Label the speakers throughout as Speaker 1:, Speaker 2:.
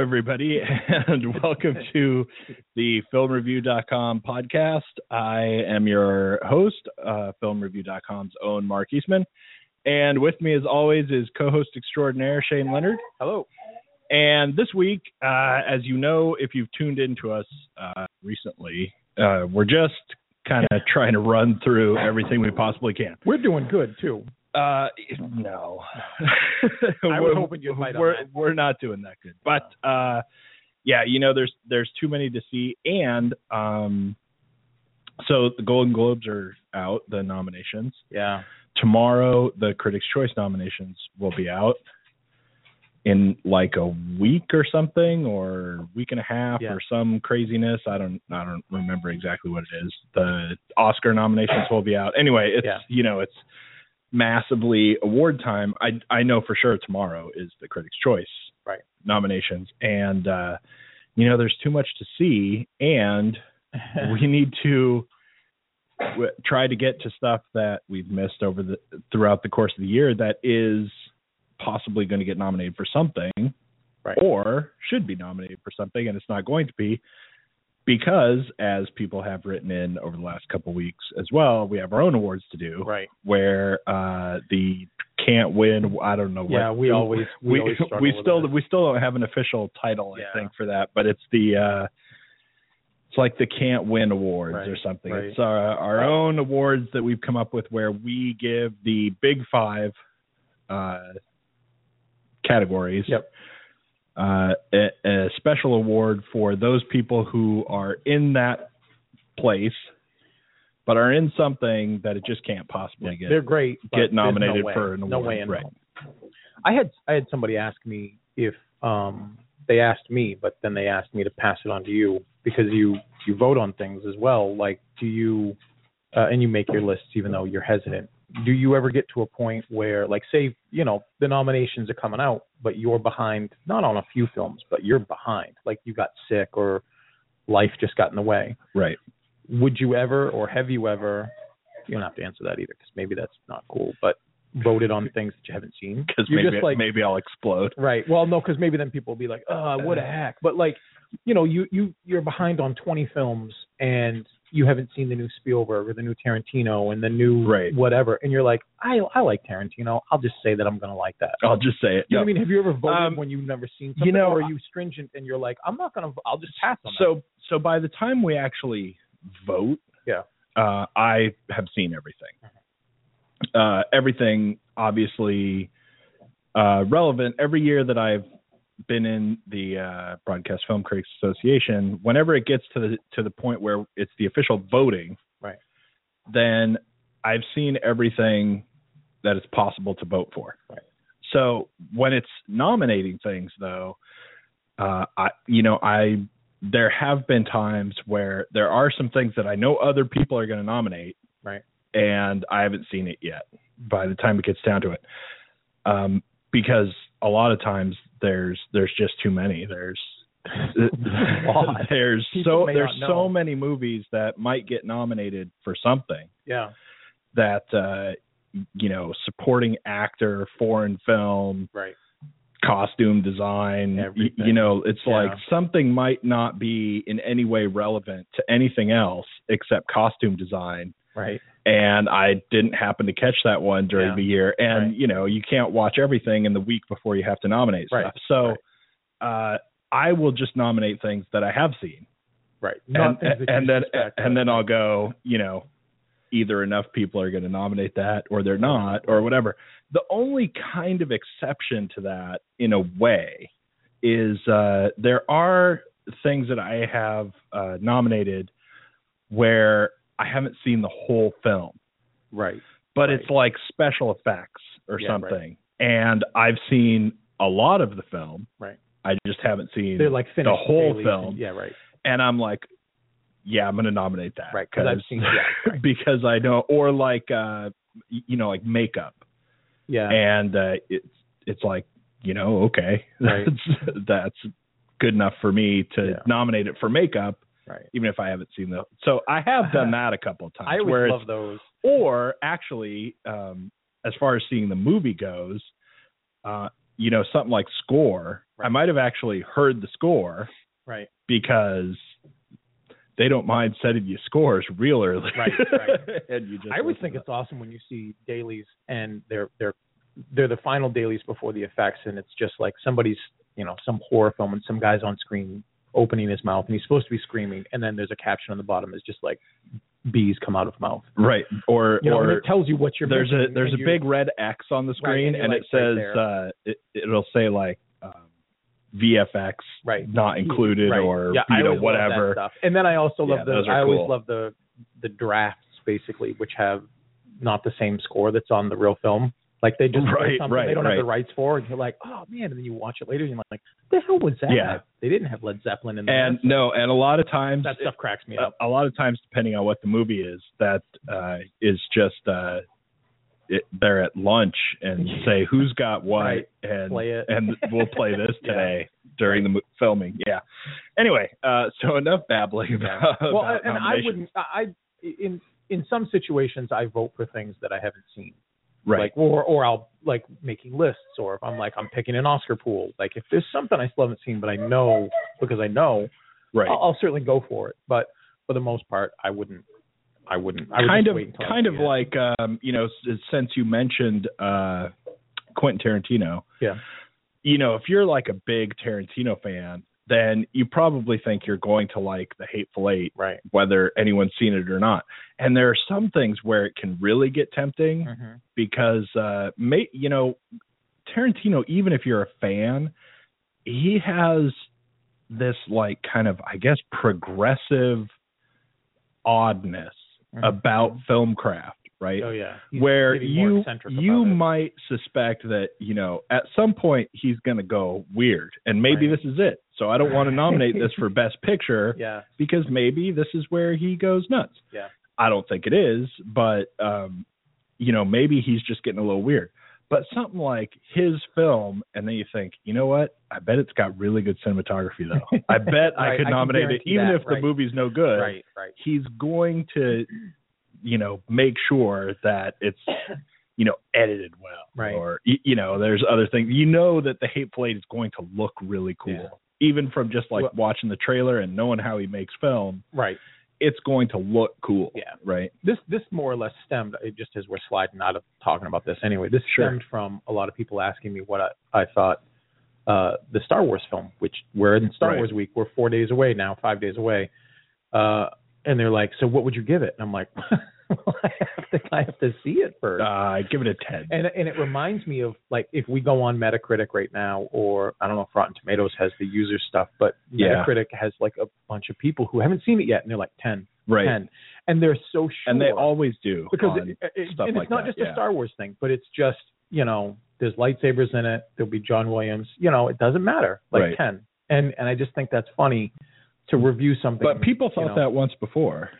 Speaker 1: everybody, and welcome to the FilmReview.com podcast. I am your host, uh, FilmReview.com's own Mark Eastman. And with me, as always, is co host extraordinaire Shane Leonard.
Speaker 2: Hello.
Speaker 1: And this week, uh, as you know, if you've tuned into us uh, recently, uh, we're just kind of trying to run through everything we possibly can.
Speaker 2: We're doing good too.
Speaker 1: Uh, no.
Speaker 2: I was hoping you'd light on
Speaker 1: we're,
Speaker 2: that.
Speaker 1: We're not doing that good. But uh, yeah, you know, there's there's too many to see, and um, so the Golden Globes are out, the nominations
Speaker 2: Yeah.
Speaker 1: tomorrow. The Critics' Choice nominations will be out in like a week or something, or week and a half,
Speaker 2: Yeah.
Speaker 1: or some craziness. I don't I don't remember exactly what it is. The Oscar nominations will be out anyway. It's
Speaker 2: Yeah.
Speaker 1: you know it's massively award time. I I know for sure tomorrow is the Critics' Choice
Speaker 2: Right.
Speaker 1: nominations, and uh, you know there's too much to see, and we need to w- try to get to stuff that we've missed over the throughout the course of the year that is possibly going to get nominated for something
Speaker 2: Right.
Speaker 1: or should be nominated for something and it's not going to be because as people have written in over the last couple weeks as well we have our own awards to do
Speaker 2: right.
Speaker 1: where uh the can't win i don't know what
Speaker 2: Yeah, we always we,
Speaker 1: we
Speaker 2: always struggle
Speaker 1: we
Speaker 2: with
Speaker 1: still
Speaker 2: that.
Speaker 1: we still don't have an official title
Speaker 2: Yeah.
Speaker 1: I think for that, but it's the uh it's like the can't win awards or
Speaker 2: Right,
Speaker 1: something.
Speaker 2: right.
Speaker 1: It's our our own awards that we've come up with where we give the big 5 uh categories.
Speaker 2: Yep.
Speaker 1: Uh a, a special award for those people who are in that place but are in something that it just can't possibly get
Speaker 2: They're great. but there's
Speaker 1: get
Speaker 2: no
Speaker 1: nominated
Speaker 2: way.
Speaker 1: for an award.
Speaker 2: No way in
Speaker 1: right.
Speaker 2: hell. I had I had somebody ask me if um they asked me, but then they asked me to pass it on to you because you you vote on things as well. Like, do you uh, and you make your lists even though you're hesitant. Do you ever get to a point where, like, say, you know, the nominations are coming out, but you're behind, not on a few films, but you're behind. Like, you got sick or life just got in the way.
Speaker 1: Right.
Speaker 2: Would you ever, or have you ever, you don't have to answer that either because maybe that's not cool, but voted on things that you haven't seen?
Speaker 1: Cuz
Speaker 2: You're
Speaker 1: maybe
Speaker 2: just like,
Speaker 1: maybe I'll explode.
Speaker 2: Right. Well, no, because maybe then people will be like, "Oh, what a
Speaker 1: Uh-huh.
Speaker 2: hack!" But like, you know, you you you're behind on 20 films, and you haven't seen the new Spielberg or the new Tarantino and the new
Speaker 1: Right.
Speaker 2: whatever, and you're like, "I I like Tarantino. I'll just say that I'm gonna like that."
Speaker 1: I'll just say it.
Speaker 2: You
Speaker 1: No.
Speaker 2: know what I mean? Have you ever voted
Speaker 1: Um,
Speaker 2: when you've never seen
Speaker 1: you
Speaker 2: something,
Speaker 1: know,
Speaker 2: or are you stringent and you're like, "I'm not gonna. v- I'll just pass on
Speaker 1: so so by the time we actually vote,
Speaker 2: Yeah.
Speaker 1: uh, I have seen everything.
Speaker 2: Mm-hmm.
Speaker 1: Uh, everything obviously uh, relevant. Every year that I've been in the uh, Broadcast Film Critics Association, whenever it gets to the to the point where it's the official voting,
Speaker 2: Right.
Speaker 1: Then I've seen everything that it's possible to vote for.
Speaker 2: Right.
Speaker 1: So when it's nominating things, though, uh, I you know I there have been times where there are some things that I know other people are going to nominate,
Speaker 2: Right.
Speaker 1: And I haven't seen it yet. By the time it gets down to it, um, because a lot of times there's there's just too many. There's
Speaker 2: A lot.
Speaker 1: there's
Speaker 2: People
Speaker 1: so
Speaker 2: may
Speaker 1: there's
Speaker 2: not know.
Speaker 1: so many movies that might get nominated for something
Speaker 2: it." Yeah.
Speaker 1: that uh, you know supporting actor, foreign film,
Speaker 2: Right.
Speaker 1: costume design. y-
Speaker 2: Everything.
Speaker 1: You know, it's
Speaker 2: Yeah.
Speaker 1: like something might not be in any way relevant to anything else except costume design.
Speaker 2: Right.
Speaker 1: And I didn't happen to catch that one during
Speaker 2: Yeah.
Speaker 1: the year. And
Speaker 2: Right.
Speaker 1: you know, you can't watch everything in the week before you have to nominate
Speaker 2: Right.
Speaker 1: stuff. So uh, I will just nominate things that I have seen,
Speaker 2: Right.
Speaker 1: and
Speaker 2: Not things that you
Speaker 1: and then
Speaker 2: suspect,
Speaker 1: and
Speaker 2: but-
Speaker 1: then I'll go. You know, either enough people are going to nominate that, or they're not, or whatever. The only kind of exception to that, in a way, is uh, there are things that I have uh, nominated where I haven't seen the whole film
Speaker 2: Right.
Speaker 1: but
Speaker 2: Right.
Speaker 1: it's like special effects or
Speaker 2: Yeah, right.
Speaker 1: something. And I've seen a lot of the film.
Speaker 2: Right.
Speaker 1: I just haven't seen.
Speaker 2: They're like finished
Speaker 1: whole
Speaker 2: dailies
Speaker 1: film.
Speaker 2: and- Yeah. Right.
Speaker 1: and I'm like, yeah, I'm going to nominate that.
Speaker 2: Right. Because I've seen. Yeah. Right.
Speaker 1: because I don't, or like, uh, y- you know, like makeup,
Speaker 2: Yeah.
Speaker 1: and uh, it's it's like, you know, okay,
Speaker 2: Right.
Speaker 1: that's that's good enough for me to
Speaker 2: Yeah.
Speaker 1: nominate it for makeup,
Speaker 2: right.
Speaker 1: even if I haven't seen the. So I have done that a couple of times.
Speaker 2: I
Speaker 1: where
Speaker 2: always
Speaker 1: it's
Speaker 2: love those.
Speaker 1: or actually um as far as seeing the movie goes uh you know something like score I might have actually heard the score
Speaker 2: Right.
Speaker 1: because they don't mind setting you scores real early.
Speaker 2: Right, right.
Speaker 1: and you just
Speaker 2: I always
Speaker 1: listen
Speaker 2: think
Speaker 1: to
Speaker 2: it's awesome when you see dailies and they're they're they're the final dailies before the effects, and it's just like somebody's you know some horror film and some guy's on screen opening his mouth and he's supposed to be screaming, and then there's a caption on the bottom that's just like bees come out of mouth,
Speaker 1: them. right or
Speaker 2: you know, and
Speaker 1: or
Speaker 2: it tells you what you're
Speaker 1: there's
Speaker 2: missing,
Speaker 1: a there's a
Speaker 2: and you-
Speaker 1: big red X on the screen
Speaker 2: and you
Speaker 1: and,
Speaker 2: like
Speaker 1: it says
Speaker 2: right there.
Speaker 1: uh it, it'll say like um, VFX
Speaker 2: right
Speaker 1: not uh, included
Speaker 2: right.
Speaker 1: or
Speaker 2: yeah, I
Speaker 1: you know
Speaker 2: always love that
Speaker 1: whatever.
Speaker 2: stuff. And then I also love
Speaker 1: Yeah,
Speaker 2: the
Speaker 1: those are
Speaker 2: I always
Speaker 1: cool.
Speaker 2: love the the drafts basically, which have not the same score that's on the real film. Like they just play
Speaker 1: Right,
Speaker 2: something
Speaker 1: right,
Speaker 2: they don't have the rights for, and you're like, oh man, and then you watch it later, and you're like, the hell was that?
Speaker 1: Yeah.
Speaker 2: They didn't have Led Zeppelin in there.
Speaker 1: And uh, no, and a lot of times
Speaker 2: that stuff cracks me
Speaker 1: a,
Speaker 2: up.
Speaker 1: a lot of times depending on what the movie is that uh is just uh it, they're at lunch and say who's got what
Speaker 2: Right.
Speaker 1: and
Speaker 2: Play it.
Speaker 1: and we'll play this
Speaker 2: Yeah.
Speaker 1: today during the mo- filming yeah anyway uh so enough babbling about,
Speaker 2: well,
Speaker 1: about
Speaker 2: and I
Speaker 1: nominations.
Speaker 2: wouldn't. I I- in in some situations I vote for things that I haven't seen.
Speaker 1: right
Speaker 2: Like or or I'll like making lists or if I'm like I'm picking an Oscar pool. Like if there's something I still haven't seen but I know because I know
Speaker 1: right
Speaker 2: I'll, I'll certainly go for it. But for the most part, I wouldn't. I wouldn't. I would
Speaker 1: kind
Speaker 2: just
Speaker 1: of
Speaker 2: wait until I
Speaker 1: kind
Speaker 2: see
Speaker 1: of
Speaker 2: it.
Speaker 1: like um you know s- since you mentioned uh Quentin Tarantino
Speaker 2: Yeah.
Speaker 1: you know if you're like a big Tarantino fan then you probably think you're going to like the Hateful Eight
Speaker 2: right.
Speaker 1: whether anyone's seen it or not. And there are some things where it can really get tempting because uh may, you know Tarantino even if you're a fan, he has this like kind of I guess progressive oddness
Speaker 2: Mhm.
Speaker 1: about film craft, right?
Speaker 2: Oh yeah. He's
Speaker 1: where
Speaker 2: maybe more
Speaker 1: you
Speaker 2: eccentric
Speaker 1: you
Speaker 2: about it.
Speaker 1: might suspect that you know at some point he's going to go weird and maybe
Speaker 2: Right.
Speaker 1: this is it. So I don't want to nominate this for best picture
Speaker 2: Yeah.
Speaker 1: because maybe this is where he goes nuts.
Speaker 2: Yeah.
Speaker 1: I don't think it is, but um, you know, maybe he's just getting a little weird. But something like his film, and then you think, you know what? I bet it's got really good cinematography though. I bet
Speaker 2: Right,
Speaker 1: I
Speaker 2: I
Speaker 1: could
Speaker 2: can
Speaker 1: nominate it,
Speaker 2: guarantee
Speaker 1: even
Speaker 2: that,
Speaker 1: if the
Speaker 2: right.
Speaker 1: movie's no good.
Speaker 2: Right. Right.
Speaker 1: He's going to, you know, make sure that it's, you know, edited well,
Speaker 2: Right.
Speaker 1: or y- you know, there's other things. You know that the Hateful Eight is going to look really cool
Speaker 2: Yeah.
Speaker 1: even from just like
Speaker 2: Well-
Speaker 1: watching the trailer and knowing how he makes film,
Speaker 2: Right.
Speaker 1: it's going to look cool.
Speaker 2: Yeah.
Speaker 1: Right.
Speaker 2: This this more or less stemmed it just as we're sliding out of talking about this anyway. This
Speaker 1: Sure.
Speaker 2: stemmed from a lot of people asking me what I, I thought uh, the Star Wars film, which we're in Star
Speaker 1: Right.
Speaker 2: Wars week. We're four days away now, five days away. Uh, and they're like, so what would you give it? And I'm like, well, I have to I have to see it first.
Speaker 1: Uh, I give it a ten.
Speaker 2: and and it reminds me of like if we go on Metacritic right now, or I don't know if Rotten Tomatoes has the user stuff, but
Speaker 1: Yeah.
Speaker 2: Metacritic has like a bunch of people who haven't seen it yet, and they're like 10,
Speaker 1: Right.
Speaker 2: 10. and they're so sure.
Speaker 1: And they always do
Speaker 2: because
Speaker 1: on-
Speaker 2: it, it- it-
Speaker 1: stuff
Speaker 2: and it's
Speaker 1: like
Speaker 2: not
Speaker 1: that,
Speaker 2: just
Speaker 1: yeah.
Speaker 2: a Star Wars thing, but it's just you know there's lightsabers in it. There'll be John Williams. You know, it doesn't matter. Like
Speaker 1: Right.
Speaker 2: 10, and and I just think that's funny to review something.
Speaker 1: but people thought
Speaker 2: you know.
Speaker 1: that once before,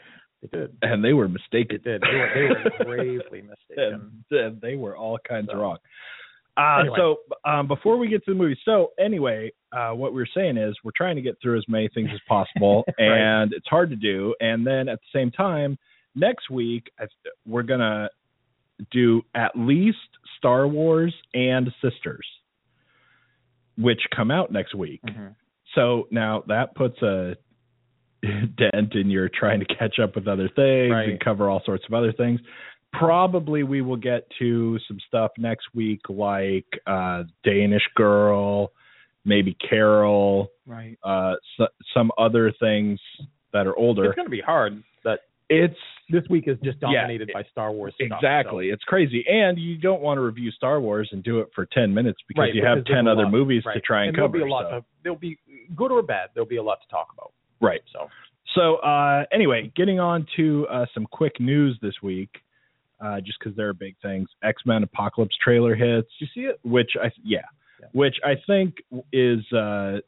Speaker 2: they did.
Speaker 1: and they were mistaken.
Speaker 2: They did. They were, they were gravely mistaken.
Speaker 1: and, and they were all kinds
Speaker 2: So.
Speaker 1: of wrong. Uh,
Speaker 2: Anyway.
Speaker 1: So um, before we get to the movie, so anyway, uh, what we were saying is we're trying to get through as many things as possible,
Speaker 2: Right.
Speaker 1: and it's hard to do. And then at the same time, next week I, we're gonna do at least Star Wars and Sisters, which come out next week.
Speaker 2: Mhm.
Speaker 1: So now that puts a dent in your trying to catch up with other things
Speaker 2: Right.
Speaker 1: and cover all sorts of other things. Probably we will get to some stuff next week like uh, Danish Girl, maybe Carol,
Speaker 2: Right.
Speaker 1: uh, s some other things that are older.
Speaker 2: It's gonna be hard. That
Speaker 1: It's
Speaker 2: this week is just
Speaker 1: Yeah,
Speaker 2: dominated by Star Wars. Stuff,
Speaker 1: exactly, it's crazy, and you don't want to review Star Wars and do it for ten minutes because
Speaker 2: Right,
Speaker 1: you
Speaker 2: because
Speaker 1: have
Speaker 2: there's
Speaker 1: ten
Speaker 2: a
Speaker 1: other
Speaker 2: lot-
Speaker 1: movies
Speaker 2: so, right.
Speaker 1: to try and,
Speaker 2: and
Speaker 1: cover.
Speaker 2: There'll be a lot
Speaker 1: so-
Speaker 2: to, there'll be good or bad. There'll be a lot to talk about.
Speaker 1: Right.
Speaker 2: So
Speaker 1: So uh, anyway, getting on to uh, some quick news this week, uh, just because there are big things. X Men Apocalypse trailer hits,
Speaker 2: did you see it?
Speaker 1: which I yeah,
Speaker 2: Yeah.
Speaker 1: which I think is uh,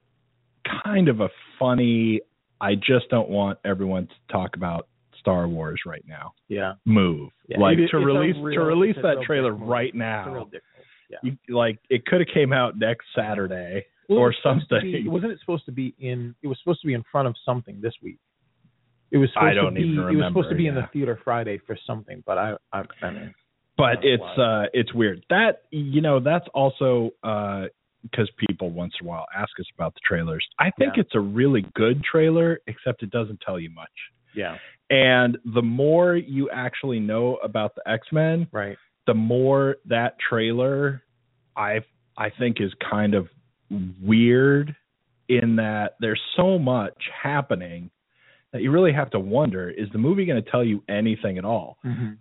Speaker 1: kind of a funny. I just don't want everyone to talk about Star Wars right now.
Speaker 2: Yeah.
Speaker 1: Move
Speaker 2: Yeah,
Speaker 1: like
Speaker 2: it-
Speaker 1: to
Speaker 2: it's a
Speaker 1: release
Speaker 2: real-
Speaker 1: to release
Speaker 2: it's a
Speaker 1: that
Speaker 2: real
Speaker 1: trailer
Speaker 2: big move.
Speaker 1: right
Speaker 2: It's a real
Speaker 1: now.
Speaker 2: dick move. Yeah.
Speaker 1: You, like it could have came out next Saturday.
Speaker 2: Well, it
Speaker 1: or
Speaker 2: was supposed to
Speaker 1: something.
Speaker 2: be- wasn't it supposed to be in? It was supposed to be in front of something this week. It was. Supposed
Speaker 1: I don't
Speaker 2: to be,
Speaker 1: even
Speaker 2: It was
Speaker 1: remember,
Speaker 2: supposed to be in
Speaker 1: yeah.
Speaker 2: the theater Friday for something, but I, I, I mean,
Speaker 1: but
Speaker 2: That's
Speaker 1: it's
Speaker 2: wild.
Speaker 1: uh it's weird that you know that's also uh because people once in a while ask us about the trailers. I think
Speaker 2: Yeah.
Speaker 1: it's a really good trailer, except it doesn't tell you much.
Speaker 2: Yeah.
Speaker 1: And the more you actually know about the X Men,
Speaker 2: Right.
Speaker 1: the more that trailer I I think is kind of weird in that there's so much happening that you really have to wonder is the movie going to tell you anything at all?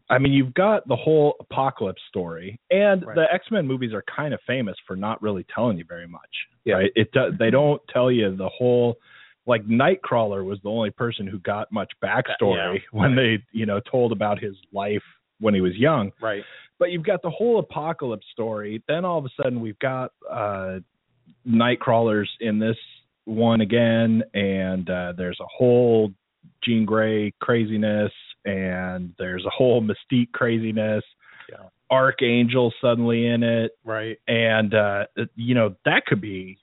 Speaker 1: I mean, you've got the whole apocalypse story, and
Speaker 2: Right.
Speaker 1: the X Men movies are kind of famous for not really telling you very much.
Speaker 2: Yeah.
Speaker 1: Right? It do, they don't tell you the whole. Like Nightcrawler was the only person who got much backstory
Speaker 2: Yeah.
Speaker 1: when they, you know, told about his life when he was young
Speaker 2: Right.
Speaker 1: but you've got the whole apocalypse story. Then all of a sudden we've got uh Nightcrawlers in this one again, and uh there's a whole Jean Grey craziness, and there's a whole Mystique craziness.
Speaker 2: Yeah.
Speaker 1: Archangel suddenly in it,
Speaker 2: Right.
Speaker 1: and uh you know that could be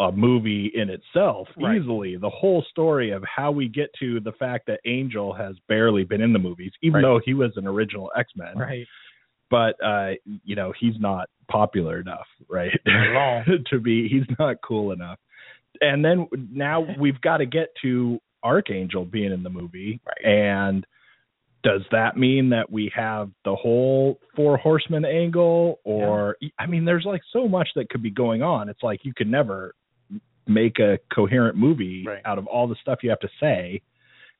Speaker 1: a movie in itself
Speaker 2: Right.
Speaker 1: easily the whole story of how we get to the fact that angel has barely been in the movies even
Speaker 2: Right.
Speaker 1: though he was an original x-men
Speaker 2: Right.
Speaker 1: but uh you know he's not popular enough right
Speaker 2: Not at all.
Speaker 1: to be he's not cool enough and then now we've got to get to archangel being in the movie
Speaker 2: Right.
Speaker 1: and does that mean that we have the whole four horsemen angle or i mean there's like so much that could be going on it's like you could never make a coherent movie
Speaker 2: Right.
Speaker 1: out of all the stuff you have to say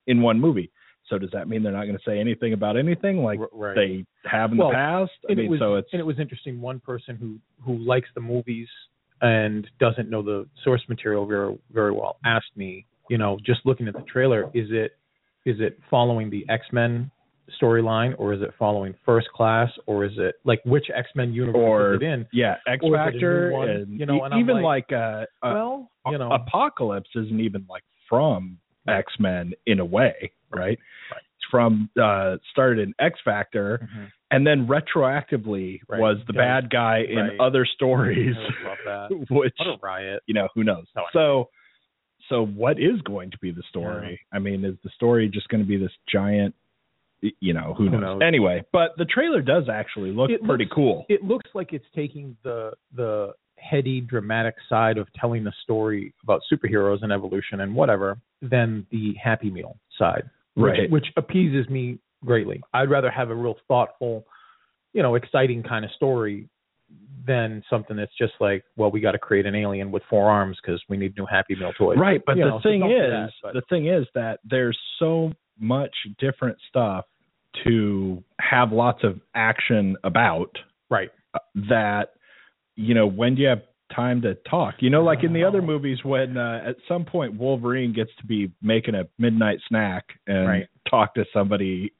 Speaker 1: in one movie so does that mean they're not going to say anything about anything like
Speaker 2: R- right.
Speaker 1: they have in
Speaker 2: Well,
Speaker 1: the past. I
Speaker 2: and
Speaker 1: mean,
Speaker 2: it was
Speaker 1: so it's
Speaker 2: and it was interesting. One person who who likes the movies and doesn't know the source material very very well asked me, you know, just looking at the trailer, is it is it following the X Men storyline or is it following First Class or is it like which X Men universe
Speaker 1: Or-
Speaker 2: is it in?
Speaker 1: yeah, X
Speaker 2: or is it a new
Speaker 1: Factor,
Speaker 2: one?
Speaker 1: and
Speaker 2: You know,
Speaker 1: e-
Speaker 2: and I'm
Speaker 1: even like, uh, uh,
Speaker 2: well, you know,
Speaker 1: Apocalypse isn't even like from
Speaker 2: Right.
Speaker 1: X Men in a way, right?
Speaker 2: Right.
Speaker 1: It's from uh, started in X Factor,
Speaker 2: Mhm.
Speaker 1: and then retroactively
Speaker 2: Right.
Speaker 1: was the
Speaker 2: Yeah.
Speaker 1: bad guy in
Speaker 2: Right.
Speaker 1: other
Speaker 2: I
Speaker 1: stories,
Speaker 2: would love that.
Speaker 1: which
Speaker 2: What a riot!
Speaker 1: you know who knows.
Speaker 2: No, Oh, I know.
Speaker 1: so. So what is going to be the story? I mean, is the story just going to be this giant, y- you know, who,
Speaker 2: Who
Speaker 1: knows?
Speaker 2: knows?
Speaker 1: Anyway, but the trailer does actually look
Speaker 2: It
Speaker 1: pretty
Speaker 2: looks-
Speaker 1: cool.
Speaker 2: It looks like it's taking the the heady, dramatic side of telling the story about superheroes and evolution and whatever than the Happy Meal side, which,
Speaker 1: Right.
Speaker 2: Which appeases me greatly. I'd rather have a real thoughtful, you know, exciting kind of story than something that's just like, well, we got to create an alien with four arms because we need new Happy Meal toys.
Speaker 1: right but
Speaker 2: you
Speaker 1: the
Speaker 2: know, so
Speaker 1: thing
Speaker 2: don't
Speaker 1: is
Speaker 2: do that, but-
Speaker 1: the thing is that there's so much different stuff to have lots of action about
Speaker 2: Right.
Speaker 1: uh, that you know when do you have time to talk you know like in the other
Speaker 2: Oh.
Speaker 1: movies when uh, at some point wolverine gets to be making a midnight snack and
Speaker 2: Right.
Speaker 1: talk to somebody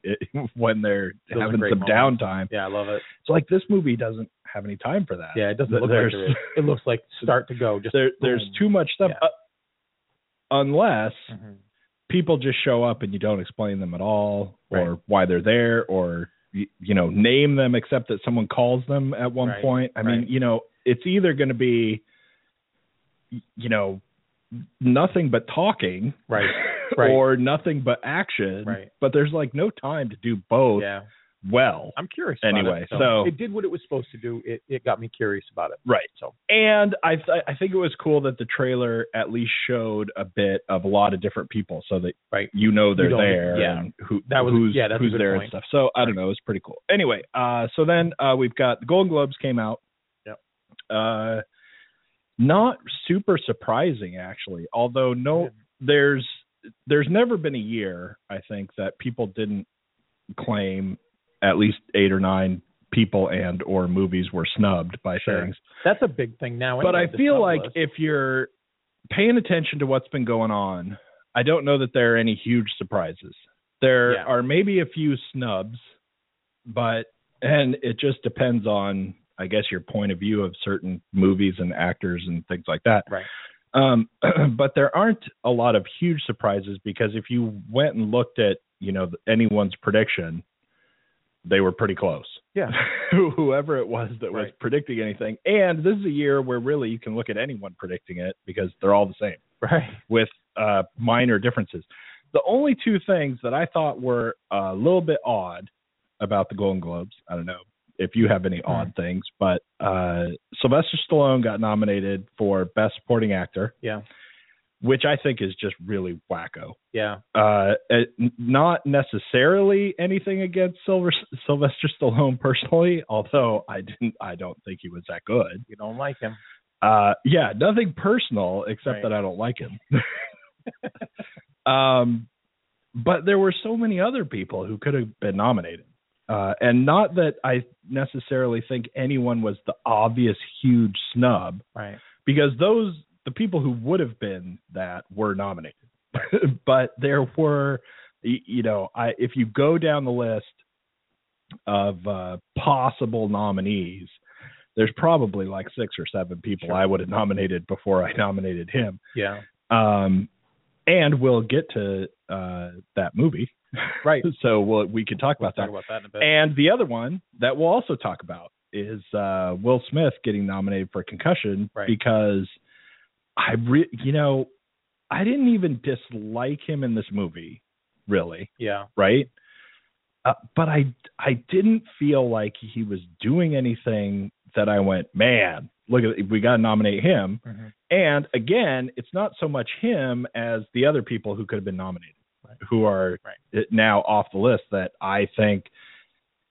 Speaker 1: when they're
Speaker 2: Those are
Speaker 1: having
Speaker 2: great
Speaker 1: some
Speaker 2: moments.
Speaker 1: downtime
Speaker 2: Yeah, I love it.
Speaker 1: it's like this movie doesn't have any time for that
Speaker 2: Yeah, it doesn't
Speaker 1: Th-
Speaker 2: look
Speaker 1: there's-
Speaker 2: like there is. It looks like start to go. Just
Speaker 1: there, there's
Speaker 2: boom.
Speaker 1: too much stuff
Speaker 2: Yeah.
Speaker 1: uh, unless
Speaker 2: Mhm.
Speaker 1: people just show up and you don't explain them at all
Speaker 2: Right.
Speaker 1: or why they're there or y- you know name them except that someone calls them at one
Speaker 2: Right,
Speaker 1: point i mean
Speaker 2: right.
Speaker 1: you know it's either going to be y- you know nothing but talking
Speaker 2: Right, right.
Speaker 1: or nothing but action
Speaker 2: Right.
Speaker 1: but there's like no time to do both
Speaker 2: Yeah.
Speaker 1: well
Speaker 2: I'm curious. about
Speaker 1: Anyway,
Speaker 2: it. So,
Speaker 1: so-
Speaker 2: it did what it was supposed to do. It it got me curious about it.
Speaker 1: Right.
Speaker 2: So
Speaker 1: and I th- I think it was cool that the trailer at least showed a bit of a lot of different people, so that
Speaker 2: Right.
Speaker 1: you know they're
Speaker 2: You don't-
Speaker 1: there
Speaker 2: yeah.
Speaker 1: and who
Speaker 2: That was-
Speaker 1: who's,
Speaker 2: yeah, that's a
Speaker 1: who's
Speaker 2: good
Speaker 1: there
Speaker 2: point.
Speaker 1: and stuff. So I don't know, it's pretty cool. Anyway, uh, so then uh, we've got the Golden Globes came out.
Speaker 2: Yep.
Speaker 1: Uh, not super surprising actually, although no, there's there's never been a year I think that people didn't claim at least eight or nine people and or movies were snubbed by
Speaker 2: Sure.
Speaker 1: things
Speaker 2: that's a big thing now.
Speaker 1: but I
Speaker 2: anyway, the
Speaker 1: feel
Speaker 2: sub
Speaker 1: like
Speaker 2: list.
Speaker 1: if you're paying attention to what's been going on, I don't know that there are any huge surprises. There
Speaker 2: Yeah.
Speaker 1: are maybe a few snubs, but and it just depends on I guess your point of view of certain movies and actors and things like that.
Speaker 2: Right.
Speaker 1: Um, but there aren't a lot of huge surprises because if you went and looked at you know anyone's prediction, they were pretty close
Speaker 2: yeah,
Speaker 1: whoever it was that was
Speaker 2: Right.
Speaker 1: predicting anything. And this is a year where really you can look at anyone predicting it because they're all the same
Speaker 2: right,
Speaker 1: with uh, minor differences. The only two things that I thought were a little bit odd about the Golden Globes, I don't know, if you have
Speaker 2: Mm-hmm.
Speaker 1: any odd things. But uh, Sylvester Stallone got nominated for Best Supporting Actor,
Speaker 2: Yeah.
Speaker 1: which I think is just really wacko.
Speaker 2: Yeah.
Speaker 1: Uh, it- not necessarily anything against Silver, Sylvester Stallone personally, although I didn't, I don't think he was that good.
Speaker 2: You don't like him.
Speaker 1: Uh, yeah, nothing personal except
Speaker 2: Right.
Speaker 1: that I don't like him. um, but there were so many other people who could have been nominated. Uh, and not that I necessarily think anyone was the obvious huge snub,
Speaker 2: Right.
Speaker 1: because those, the people who would have been that were nominated. but there were, y- you know, I, if you go down the list of uh, possible nominees, there's probably like six or seven people
Speaker 2: Sure.
Speaker 1: I would have nominated before I nominated him
Speaker 2: Yeah.
Speaker 1: um, and we'll get to uh, that movie.
Speaker 2: Right.
Speaker 1: so we'll, we can talk
Speaker 2: We'll
Speaker 1: about
Speaker 2: talk
Speaker 1: that.
Speaker 2: about that in a bit.
Speaker 1: And the other one that we'll also talk about is uh, Will Smith getting nominated for concussion
Speaker 2: Right.
Speaker 1: because I, re- you know, I didn't even dislike him in this movie, really,
Speaker 2: yeah.
Speaker 1: right? Uh, but I, I didn't feel like he was doing anything that I went, man, look at we got to nominate him.
Speaker 2: Mhm.
Speaker 1: And again, it's not so much him as the other people who could have been nominated,
Speaker 2: Right.
Speaker 1: who are
Speaker 2: Right.
Speaker 1: uh, now off the list that I think,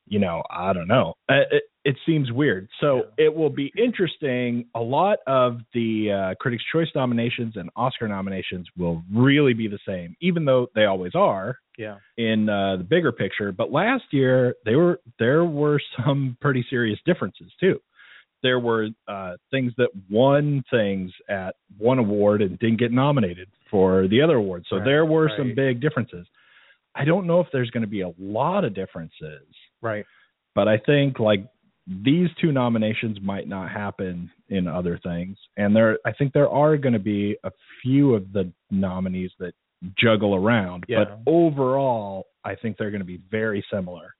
Speaker 1: you know, I don't know. Uh, It, it seems weird. So it will be interesting. A lot of the uh, Critics' Choice nominations and Oscar nominations will really be the same, even though they always are
Speaker 2: Yeah.
Speaker 1: in uh, the bigger picture. But last year, they were there were some pretty serious differences too. There were uh, things that won things at one award and didn't get nominated for the other award. So
Speaker 2: Right,
Speaker 1: there were some
Speaker 2: right.
Speaker 1: big differences. I don't know if there's going to be a lot of differences,
Speaker 2: Right.
Speaker 1: but I think like these two nominations might not happen in other things. And there, I think there are going to be a few of the nominees that juggle around,
Speaker 2: Yeah.
Speaker 1: but overall, I think they're going to be very similar.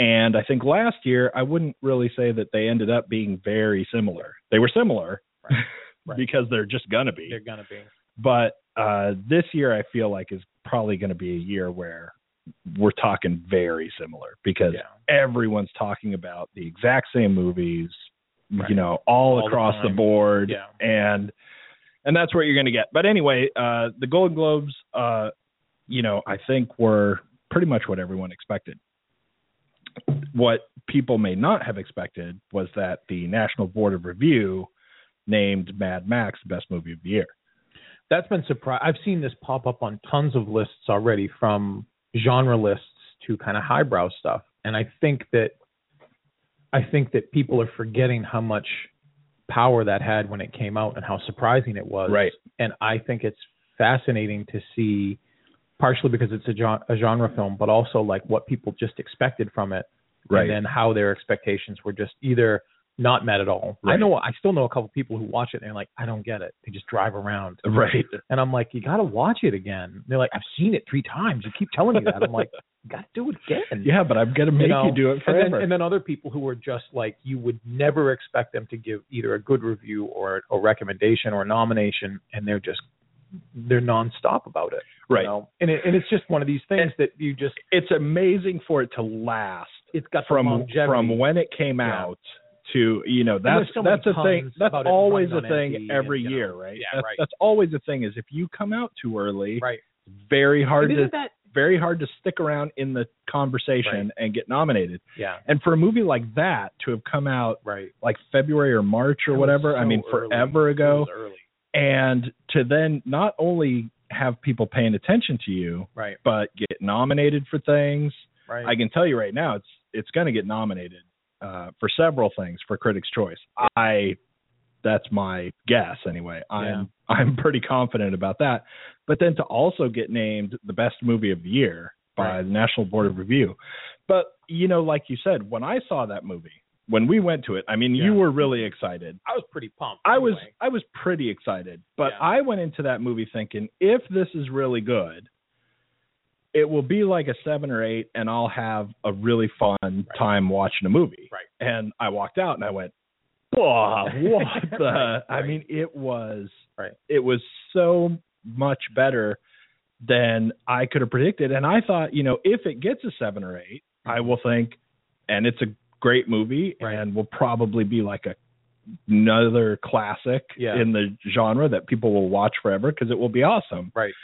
Speaker 1: And I think last year, I wouldn't really say that they ended up being very similar. They were similar
Speaker 2: Right. Right.
Speaker 1: because they're just going to be
Speaker 2: They're gonna be.
Speaker 1: but uh, this year I feel like is probably going to be a year where we're talking very similar because
Speaker 2: Yeah.
Speaker 1: everyone's talking about the exact same movies,
Speaker 2: Right.
Speaker 1: you know, all,
Speaker 2: All the
Speaker 1: across the,
Speaker 2: time.
Speaker 1: board,
Speaker 2: Yeah.
Speaker 1: and and that's what you're going to get. But anyway, uh, the Golden Globes, uh, you know, I think were pretty much what everyone expected. What people may not have expected was that the National Board of Review named Mad Max the best movie of the year.
Speaker 2: That's been surprised. I've seen this pop up on tons of lists already, from genre lists to kind of highbrow stuff. And I think that I think that people are forgetting how much power that had when it came out and how surprising it was.
Speaker 1: Right.
Speaker 2: And I think it's fascinating to see, partially because it's a, gen- a genre film, but also like what people just expected from it.
Speaker 1: Right.
Speaker 2: and then how their expectations were just either not met at all. I
Speaker 1: Right.
Speaker 2: know I still know a couple people who watch it and they're like, I don't get it. They just drive around.
Speaker 1: Right.
Speaker 2: And I'm like, you gotta watch it again. And they're like, I've seen it three times. You keep telling me that. I'm like, you gotta do it again.
Speaker 1: Yeah, but I'm gonna
Speaker 2: You
Speaker 1: make you,
Speaker 2: know,
Speaker 1: do it
Speaker 2: And
Speaker 1: forever.
Speaker 2: then, and then other people who are just like you would never expect them to give either a good review or a recommendation or a nomination, and they're just they're nonstop about it.
Speaker 1: right.
Speaker 2: You know? And it, and it's just one of these things that you just
Speaker 1: It's amazing for it to last
Speaker 2: it's got the
Speaker 1: from
Speaker 2: longevity.
Speaker 1: from when it came
Speaker 2: Yeah.
Speaker 1: out to you know that's
Speaker 2: there's so many
Speaker 1: that's a thing
Speaker 2: puns
Speaker 1: that's
Speaker 2: about it
Speaker 1: always a
Speaker 2: running on
Speaker 1: thing
Speaker 2: empty and,
Speaker 1: every
Speaker 2: you know,
Speaker 1: year, right?
Speaker 2: yeah,
Speaker 1: that's,
Speaker 2: right.
Speaker 1: that's always a thing is if you come out too early,
Speaker 2: right.
Speaker 1: very hard
Speaker 2: And
Speaker 1: to
Speaker 2: isn't that
Speaker 1: very hard to stick around in the conversation and get nominated.
Speaker 2: yeah
Speaker 1: And for a movie like that to have come out
Speaker 2: right
Speaker 1: like February or March or
Speaker 2: That was
Speaker 1: whatever, I
Speaker 2: so
Speaker 1: mean
Speaker 2: early.
Speaker 1: forever ago.
Speaker 2: It was early.
Speaker 1: and to then not only have people paying attention to you
Speaker 2: right
Speaker 1: but get nominated for things
Speaker 2: right
Speaker 1: i can tell you right now it's it's going to get nominated uh, for several things for critics choice i that's my guess anyway i'm i'm pretty confident about that but then to also get named the best movie of the year by
Speaker 2: Right.
Speaker 1: the national board of review but you know like you said when i saw that movie when we went to it i mean you
Speaker 2: Yeah.
Speaker 1: were really excited
Speaker 2: i was pretty pumped
Speaker 1: I was
Speaker 2: anyway.
Speaker 1: I was pretty excited, but
Speaker 2: Yeah.
Speaker 1: I went into that movie thinking if this is really good, it will be like a seven or eight, and I'll have a really fun time watching a movie.
Speaker 2: Right.
Speaker 1: And I walked out and I went, "Whoa, what the?"
Speaker 2: Right,
Speaker 1: I
Speaker 2: right.
Speaker 1: mean, it was
Speaker 2: Right.
Speaker 1: it was so much better than I could have predicted, and I thought, you know, if it gets a seven or eight, I will think, and it's a great movie
Speaker 2: Right.
Speaker 1: and will probably be like a another classic
Speaker 2: Yeah.
Speaker 1: in the genre that people will watch forever because it will be awesome.
Speaker 2: Right.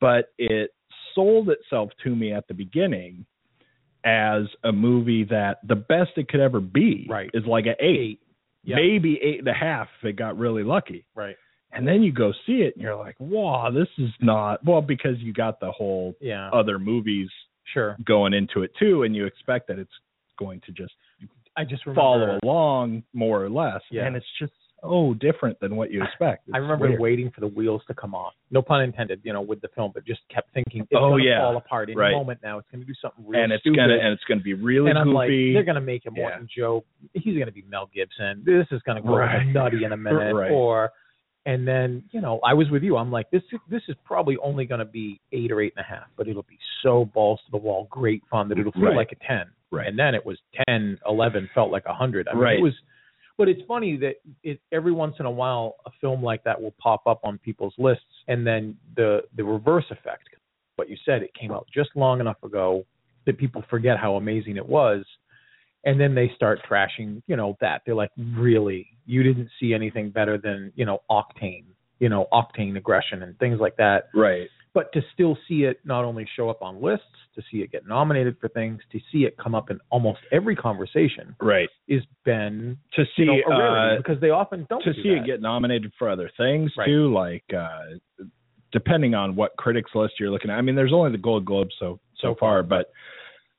Speaker 1: But it sold itself to me at the beginning as a movie that the best it could ever be
Speaker 2: Right.
Speaker 1: is like an eight,
Speaker 2: Yeah.
Speaker 1: maybe eight and a half if it got really lucky.
Speaker 2: Right.
Speaker 1: And then you go see it and you're like, wow, this is not well, because you got the whole
Speaker 2: Yeah.
Speaker 1: other movies
Speaker 2: sure.
Speaker 1: going into it too, and you expect that it's going to just
Speaker 2: I just remember.
Speaker 1: follow along more or less.
Speaker 2: Yeah.
Speaker 1: And it's just so different than what you expect. It's
Speaker 2: I remember
Speaker 1: weird.
Speaker 2: waiting for the wheels to come off. No pun intended, you know, with the film, but just kept thinking it's
Speaker 1: Oh,
Speaker 2: gonna
Speaker 1: yeah.
Speaker 2: fall apart any
Speaker 1: Right.
Speaker 2: moment now. It's gonna do something really
Speaker 1: and it's
Speaker 2: stupid.
Speaker 1: gonna and it's gonna be really
Speaker 2: and I'm like,
Speaker 1: goofy.
Speaker 2: they're gonna make him
Speaker 1: Yeah.
Speaker 2: Morton Joe. He's gonna be Mel Gibson. This is gonna go
Speaker 1: Right.
Speaker 2: nutty in a minute.
Speaker 1: Right.
Speaker 2: Or, and then you know, I was with you. I'm like, this is this is probably only gonna be eight or eight and a half, but it'll be so balls to the wall, great fun that it'll feel
Speaker 1: Right.
Speaker 2: like a ten.
Speaker 1: Right.
Speaker 2: And then it was ten, eleven, felt like a hundred. I mean,
Speaker 1: Right.
Speaker 2: it was. But it's funny that it every once in a while a film like that will pop up on people's lists, and then the the reverse effect. What you said, it came out just long enough ago that people forget how amazing it was, and then they start trashing, you know, that they're like, really, you didn't see anything better than you know octane, you know, octane aggression and things like that
Speaker 1: right.
Speaker 2: but to still see it not only show up on lists, to see it get nominated for things, to see it come up in almost every conversation
Speaker 1: Right.
Speaker 2: is been
Speaker 1: To see
Speaker 2: you know, a
Speaker 1: uh,
Speaker 2: rarity because they often don't
Speaker 1: to
Speaker 2: do
Speaker 1: see
Speaker 2: that.
Speaker 1: it get nominated for other things
Speaker 2: Right.
Speaker 1: too, like uh, depending on what critics list you're looking at. I mean, there's only the Gold Globes so so
Speaker 2: So
Speaker 1: far,
Speaker 2: far,
Speaker 1: but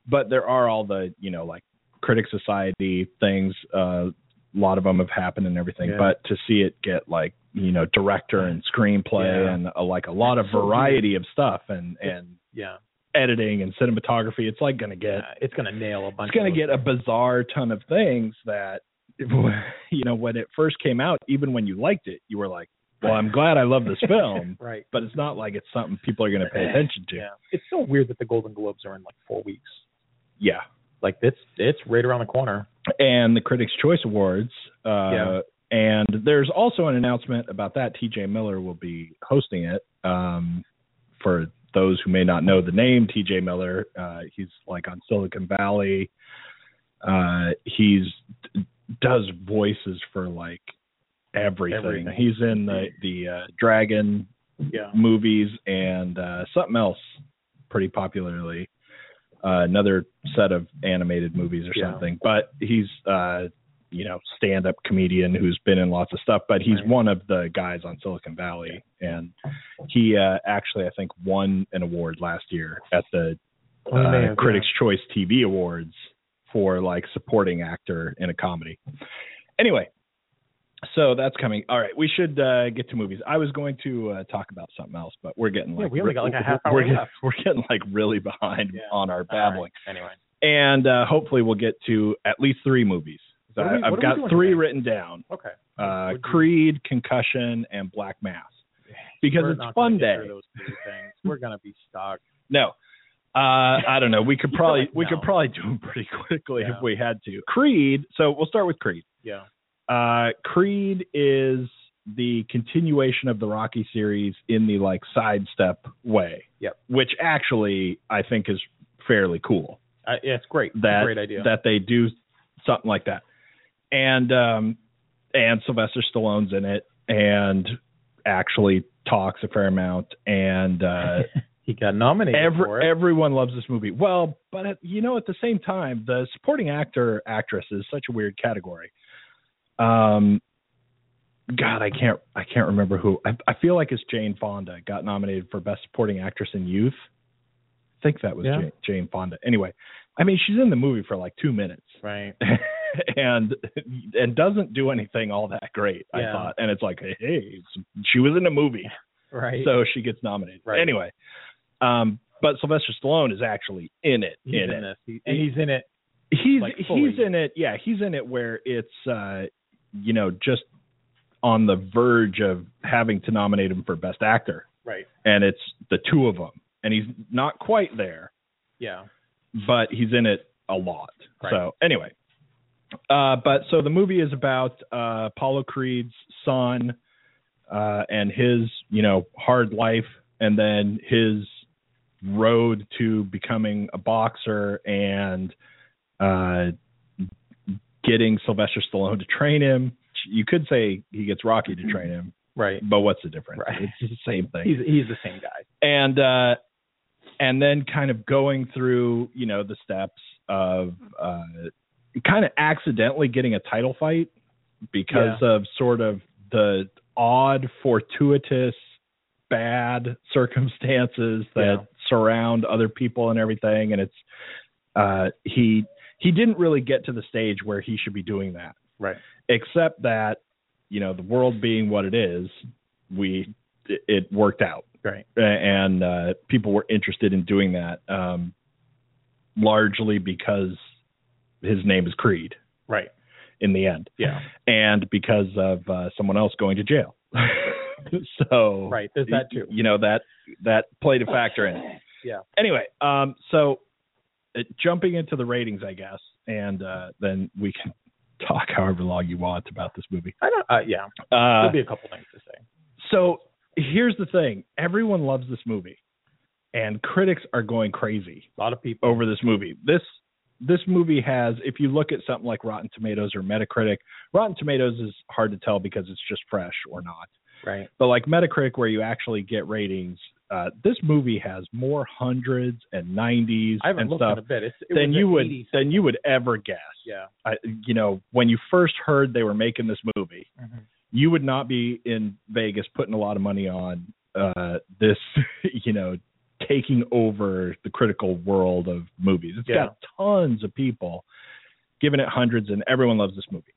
Speaker 1: but there are all the you know like Critics Society things. Uh, a lot of them have happened and everything,
Speaker 2: Yeah.
Speaker 1: but to see it get like you know director and screenplay
Speaker 2: Yeah.
Speaker 1: and uh, like a lot of
Speaker 2: It's so
Speaker 1: variety of stuff and and
Speaker 2: yeah,
Speaker 1: editing and cinematography, it's like going to get
Speaker 2: yeah, it's gonna nail a bunch.
Speaker 1: it's going
Speaker 2: of
Speaker 1: to get a bizarre ton of things that you know when it first came out even when you liked it you were like well i'm glad i love this film
Speaker 2: right.
Speaker 1: but it's not like it's something people are going to pay attention to yeah,
Speaker 2: Yeah, it's so weird that the Golden Globes are in like four weeks.
Speaker 1: yeah.
Speaker 2: Like it's it's right around the corner.
Speaker 1: and the critics choice awards uh
Speaker 2: Yeah.
Speaker 1: and there's also an announcement about that tj miller will be hosting it um for those who may not know the name tj miller uh he's like on silicon valley uh he's d- does voices for like everything,
Speaker 2: Everything.
Speaker 1: he's in the the uh dragon
Speaker 2: Yeah,
Speaker 1: movies and uh, something else pretty popularly. Uh, another set of animated movies or
Speaker 2: Yeah.
Speaker 1: something. But he's uh, you know stand up comedian who's been in lots of stuff. But he's
Speaker 2: Right.
Speaker 1: one of the guys on Silicon Valley, and he uh, actually I think won an award last year at the
Speaker 2: We may
Speaker 1: uh,
Speaker 2: have,
Speaker 1: Critics Choice TV Awards for like supporting actor in a comedy. Anyway, so that's coming. All right, we should uh, get to movies. I was going to uh, talk about something else, but we're getting
Speaker 2: Yeah,
Speaker 1: like
Speaker 2: we only got, like, a half hour
Speaker 1: we're,
Speaker 2: left.
Speaker 1: We're getting like really behind
Speaker 2: Yeah.
Speaker 1: on our
Speaker 2: yeah. All right.
Speaker 1: babbling,
Speaker 2: Anyway,
Speaker 1: and uh, hopefully we'll get to at least three movies. So
Speaker 2: What are we-
Speaker 1: I, have
Speaker 2: what are we
Speaker 1: got
Speaker 2: doing
Speaker 1: three
Speaker 2: today?
Speaker 1: written down:
Speaker 2: okay.
Speaker 1: uh,
Speaker 2: Would you-
Speaker 1: Creed, Concussion, and Black Mass. Because
Speaker 2: We're
Speaker 1: it's
Speaker 2: not
Speaker 1: fun
Speaker 2: gonna get
Speaker 1: day.
Speaker 2: through Those three things. We're gonna be stuck.
Speaker 1: No. Uh, I don't know. We could
Speaker 2: You're
Speaker 1: probably
Speaker 2: like,
Speaker 1: we
Speaker 2: no.
Speaker 1: could probably do them pretty quickly
Speaker 2: Yeah.
Speaker 1: if we had to. Creed. So we'll start with Creed.
Speaker 2: Yeah.
Speaker 1: Uh, Creed is the continuation of the Rocky series in the like sidestep way.
Speaker 2: Yep.
Speaker 1: Which actually I think is fairly cool
Speaker 2: I, Uh, yeah, it's great. It's a
Speaker 1: that
Speaker 2: great idea.
Speaker 1: that they do something like that. And um and Sylvester Stallone's in it and actually talks a fair amount and uh
Speaker 2: he got nominated for
Speaker 1: Every,
Speaker 2: it.
Speaker 1: everyone loves this movie. Well, but at, you know, at the same time, the supporting actor actress is such a weird category. Um, God, I can't I can't remember who. I, I feel like it's Jane Fonda got nominated for best supporting actress in youth. I think that was
Speaker 2: Yeah.
Speaker 1: Jane, Jane Fonda. Anyway, I mean, she's in the movie for like two minutes
Speaker 2: right.
Speaker 1: and and doesn't do anything all that great. I
Speaker 2: Yeah.
Speaker 1: thought, and it's like, hey, it's, she was in a movie.
Speaker 2: Right.
Speaker 1: So she gets nominated.
Speaker 2: Right.
Speaker 1: Anyway, um, but Sylvester Stallone is actually in it.
Speaker 2: he's
Speaker 1: in it.
Speaker 2: in, this. He, and he's in it.
Speaker 1: He's
Speaker 2: like, fully.
Speaker 1: he's in it. Yeah, he's in it where it's uh, you know just on the verge of having to nominate him for best actor,
Speaker 2: Right.
Speaker 1: and it's the two of them, and he's not quite there,
Speaker 2: Yeah.
Speaker 1: but he's in it a lot.
Speaker 2: Right.
Speaker 1: So anyway. Uh, but so the movie is about uh, Apollo Creed's son uh, and his, you know, hard life, and then his road to becoming a boxer and uh, getting Sylvester Stallone to train him. You could say he gets Rocky to train him,
Speaker 2: Right.
Speaker 1: but what's the difference?
Speaker 2: Right.
Speaker 1: It's the same thing.
Speaker 2: He's he's the same guy.
Speaker 1: and uh and then kind of going through you know the steps of uh kind of accidentally getting a title fight because of sort of the odd fortuitous bad circumstances that
Speaker 2: Yeah.
Speaker 1: surround other people and everything and it's uh he he didn't really get to the stage where he should be doing that
Speaker 2: Right.
Speaker 1: except that you know the world being what it is we it- it worked out
Speaker 2: Right.
Speaker 1: and uh, people were interested in doing that, um, largely because his name is Creed
Speaker 2: Right.
Speaker 1: in the end,
Speaker 2: Yeah.
Speaker 1: and because of uh, someone else going to jail. so
Speaker 2: Right. There's that too.
Speaker 1: You know that that played a factor in it.
Speaker 2: Yeah.
Speaker 1: Anyway, um, so uh, jumping into the ratings, I guess, and uh, then we can talk however long you want about this movie.
Speaker 2: I don't. Uh, yeah.
Speaker 1: Uh,
Speaker 2: There'll be a couple things to say.
Speaker 1: so here's the thing everyone loves this movie and critics are going crazy
Speaker 2: A lot of people.
Speaker 1: over this movie this this movie has if you look at something like rotten tomatoes or metacritic rotten tomatoes is hard to tell because it's just fresh or not
Speaker 2: Right.
Speaker 1: but like metacritic where you actually get ratings uh, this movie has more hundreds and nineties
Speaker 2: I haven't
Speaker 1: and
Speaker 2: looked
Speaker 1: stuff
Speaker 2: in a bit. It's, it
Speaker 1: than
Speaker 2: was
Speaker 1: you
Speaker 2: an
Speaker 1: would
Speaker 2: 80s
Speaker 1: than you would ever guess
Speaker 2: Yeah.
Speaker 1: I, you know when you first heard they were making this movie
Speaker 2: Mhm.
Speaker 1: you would not be in Vegas putting a lot of money on uh, this, you know, taking over the critical world of movies. It's got tons of people giving it hundreds, and everyone loves this movie.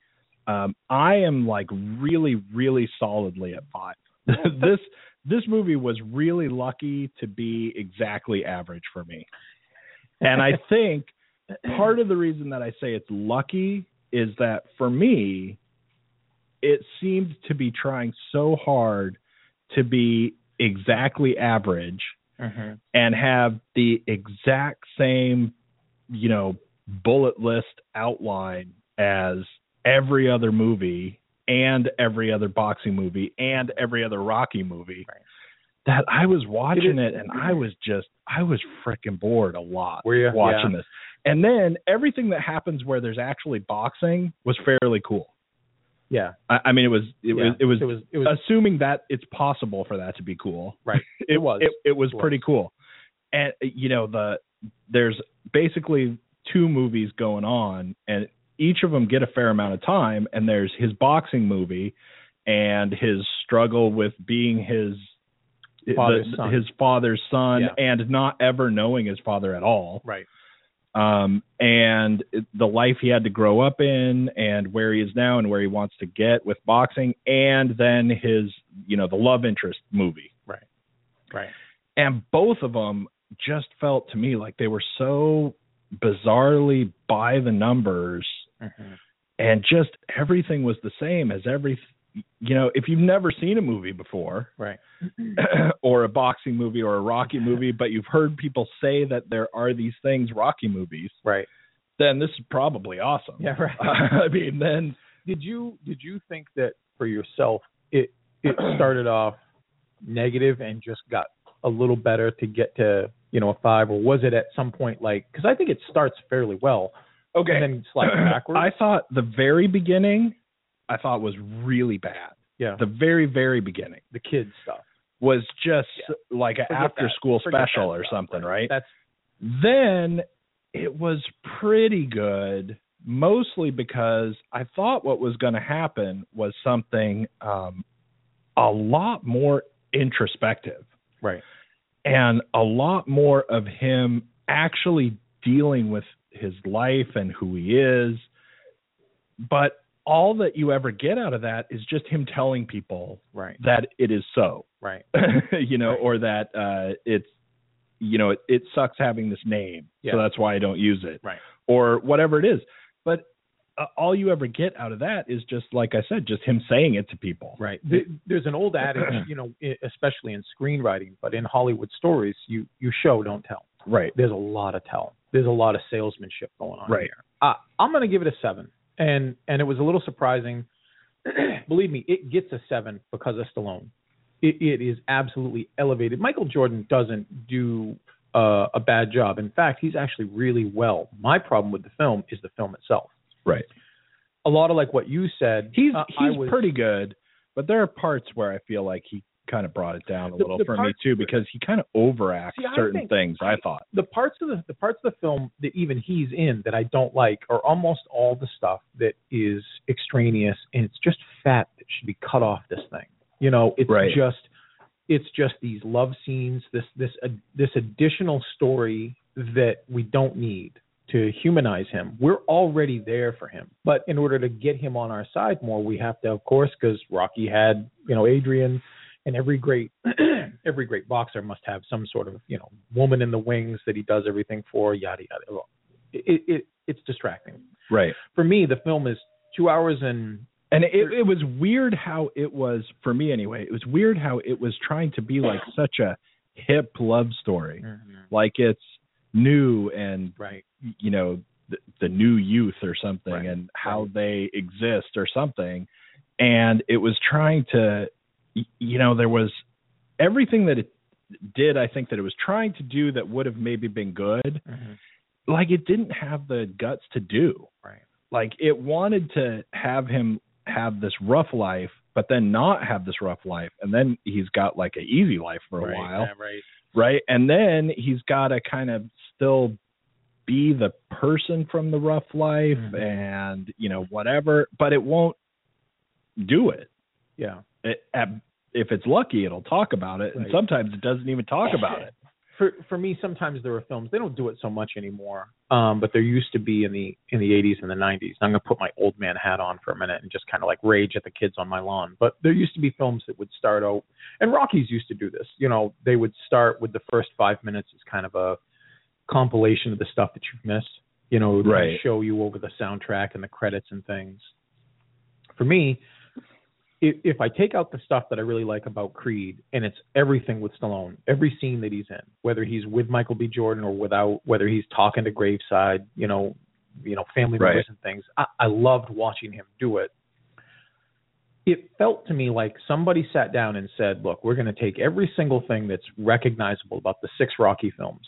Speaker 1: Um, I am like really, really solidly at five. this this movie was really lucky to be exactly average for me, and I think part of the reason that I say it's lucky is that for me, it seemed to be trying so hard to be exactly average
Speaker 2: Mhm.
Speaker 1: and have the exact same, you know, bullet list outline as every other movie and every other boxing movie and every other Rocky movie.
Speaker 2: Right.
Speaker 1: That I was watching it,
Speaker 2: It
Speaker 1: and I was just, I was freaking bored a lot
Speaker 2: Were you
Speaker 1: watching
Speaker 2: yeah.
Speaker 1: this. And then everything that happens where there's actually boxing was fairly cool.
Speaker 2: Yeah.
Speaker 1: I, I mean, it was it,
Speaker 2: Yeah.
Speaker 1: was it was
Speaker 2: It was. It was.
Speaker 1: assuming that it's possible for that to be cool.
Speaker 2: Right.
Speaker 1: It,
Speaker 2: was.
Speaker 1: It, it was
Speaker 2: It was.
Speaker 1: pretty cool. And uh, you know the there's basically two movies going on, and each of them get a fair amount of time. And there's his boxing movie, and his struggle with being his
Speaker 2: Father's
Speaker 1: the-
Speaker 2: son.
Speaker 1: his father's son,
Speaker 2: Yeah.
Speaker 1: and not ever knowing his father at all
Speaker 2: right.
Speaker 1: um, and the life he had to grow up in and where he is now and where he wants to get with boxing and then his you know the love interest movie
Speaker 2: Right.
Speaker 1: and both of them just felt to me like they were so bizarrely by the numbers
Speaker 2: Mhm.
Speaker 1: and just everything was the same as every you know if you've never seen a movie before
Speaker 2: Right.
Speaker 1: or a boxing movie or a rocky movie but you've heard people say that there are these things rocky movies
Speaker 2: Right.
Speaker 1: then this is probably awesome.
Speaker 2: Yeah. Right.
Speaker 1: I mean, then
Speaker 2: did you did you think that for yourself it it started off negative and just got a little better to get to you know a five or was it at some point like because I think it starts fairly well
Speaker 1: okay.
Speaker 2: and then slightly backwards
Speaker 1: I thought the very beginning, I thought was really bad.
Speaker 2: yeah
Speaker 1: The very very beginning
Speaker 2: the kids stuff
Speaker 1: was just
Speaker 2: Yeah.
Speaker 1: like an
Speaker 2: Forget
Speaker 1: after
Speaker 2: that.
Speaker 1: school
Speaker 2: Forget that
Speaker 1: special or
Speaker 2: stuff,
Speaker 1: something, right?
Speaker 2: that's
Speaker 1: Then it was pretty good, mostly because I thought what was going to happen was something um, a lot more introspective.
Speaker 2: right
Speaker 1: and a lot more of him actually dealing with his life and who he is. But all that you ever get out of that is just him telling people
Speaker 2: right
Speaker 1: that it is so,
Speaker 2: right
Speaker 1: you know,
Speaker 2: Right.
Speaker 1: or that uh, it's, you know, it, it sucks having this name,
Speaker 2: Yeah.
Speaker 1: so that's why I don't use it,
Speaker 2: Right.
Speaker 1: Or whatever it is. But uh, all you ever get out of that is just, like I said, just him saying it to people.
Speaker 2: right Th there's an old adage you know i- especially in screenwriting but in Hollywood stories you you show don't tell
Speaker 1: Right.
Speaker 2: there's a lot of tell. There's a lot of salesmanship going on
Speaker 1: Right.
Speaker 2: here. Uh, I'm going to give it a seven, and and it was a little surprising. Believe me, it gets a seven because of Stallone. It, it is absolutely elevated. Michael Jordan doesn't do uh, a bad job. In fact, he's actually really well. My problem with the film is the film itself.
Speaker 1: Right.
Speaker 2: a lot of like what you said.
Speaker 1: He's
Speaker 2: uh, I
Speaker 1: he's
Speaker 2: was-
Speaker 1: pretty good, but there are parts where I feel like he kind of brought it down a
Speaker 2: The-
Speaker 1: little
Speaker 2: the
Speaker 1: for me
Speaker 2: parts
Speaker 1: too
Speaker 2: where-
Speaker 1: because he kind of overacts
Speaker 2: See, I
Speaker 1: certain
Speaker 2: think-
Speaker 1: things. I thought.
Speaker 2: the parts of the, the parts of the film that even he's in that I don't like are almost all the stuff that is extraneous and it's just fat that should be cut off this thing. You know, it's
Speaker 1: Right.
Speaker 2: just it's just these love scenes, this this uh, this additional story that we don't need to humanize him. We're already there for him. But in order to get him on our side more, we have to of course cuz Rocky had, you know, Adrian and every great every great boxer must have some sort of you know woman in the wings that he does everything for yada yada Well, it, it it's distracting
Speaker 1: Right.
Speaker 2: for me the film is two hours and
Speaker 1: And it, it was weird how it was for me anyway. It was weird how it was trying to be like such a hip love story,
Speaker 2: Mm-hmm.
Speaker 1: like it's new and
Speaker 2: right
Speaker 1: you know the, the new youth or something
Speaker 2: Right,
Speaker 1: and how
Speaker 2: right.
Speaker 1: they exist or something and it was trying to y- you know there was everything that it did i think that it was trying to do that would have maybe been good
Speaker 2: Mm-hmm.
Speaker 1: like it didn't have the guts to do
Speaker 2: right
Speaker 1: like it wanted to have him have this rough life but then not have this rough life and then he's got like an easy life for a
Speaker 2: right,
Speaker 1: while
Speaker 2: yeah, right
Speaker 1: right? And then he's got to kind of still be the person from the rough life
Speaker 2: Mhm.
Speaker 1: and you know whatever, but it won't do it.
Speaker 2: yeah
Speaker 1: it at, if it's lucky, it'll talk about it, and
Speaker 2: Right.
Speaker 1: sometimes it doesn't even talk about it.
Speaker 2: for for me sometimes there are films they don't do it so much anymore um but there used to be in the in the 80s and the 90s i'm going to put my old man hat on for a minute and just kind of like rage at the kids on my lawn but there used to be films that would start out and rockies used to do this you know they would start with the first 5 minutes as kind of a compilation of the stuff that you've missed you know it would kinda
Speaker 1: Right.
Speaker 2: show you over the soundtrack and the credits and things for me if, if I take out the stuff that I really like about Creed, and it's everything with Stallone, every scene that he's in, whether he's with Michael B. Jordan or without, whether he's talking to Graveside, you know, you know, family members
Speaker 1: Right.
Speaker 2: and things, I, I loved watching him do it. It felt to me like somebody sat down and said, "Look, we're going to take every single thing that's recognizable about the six Rocky films,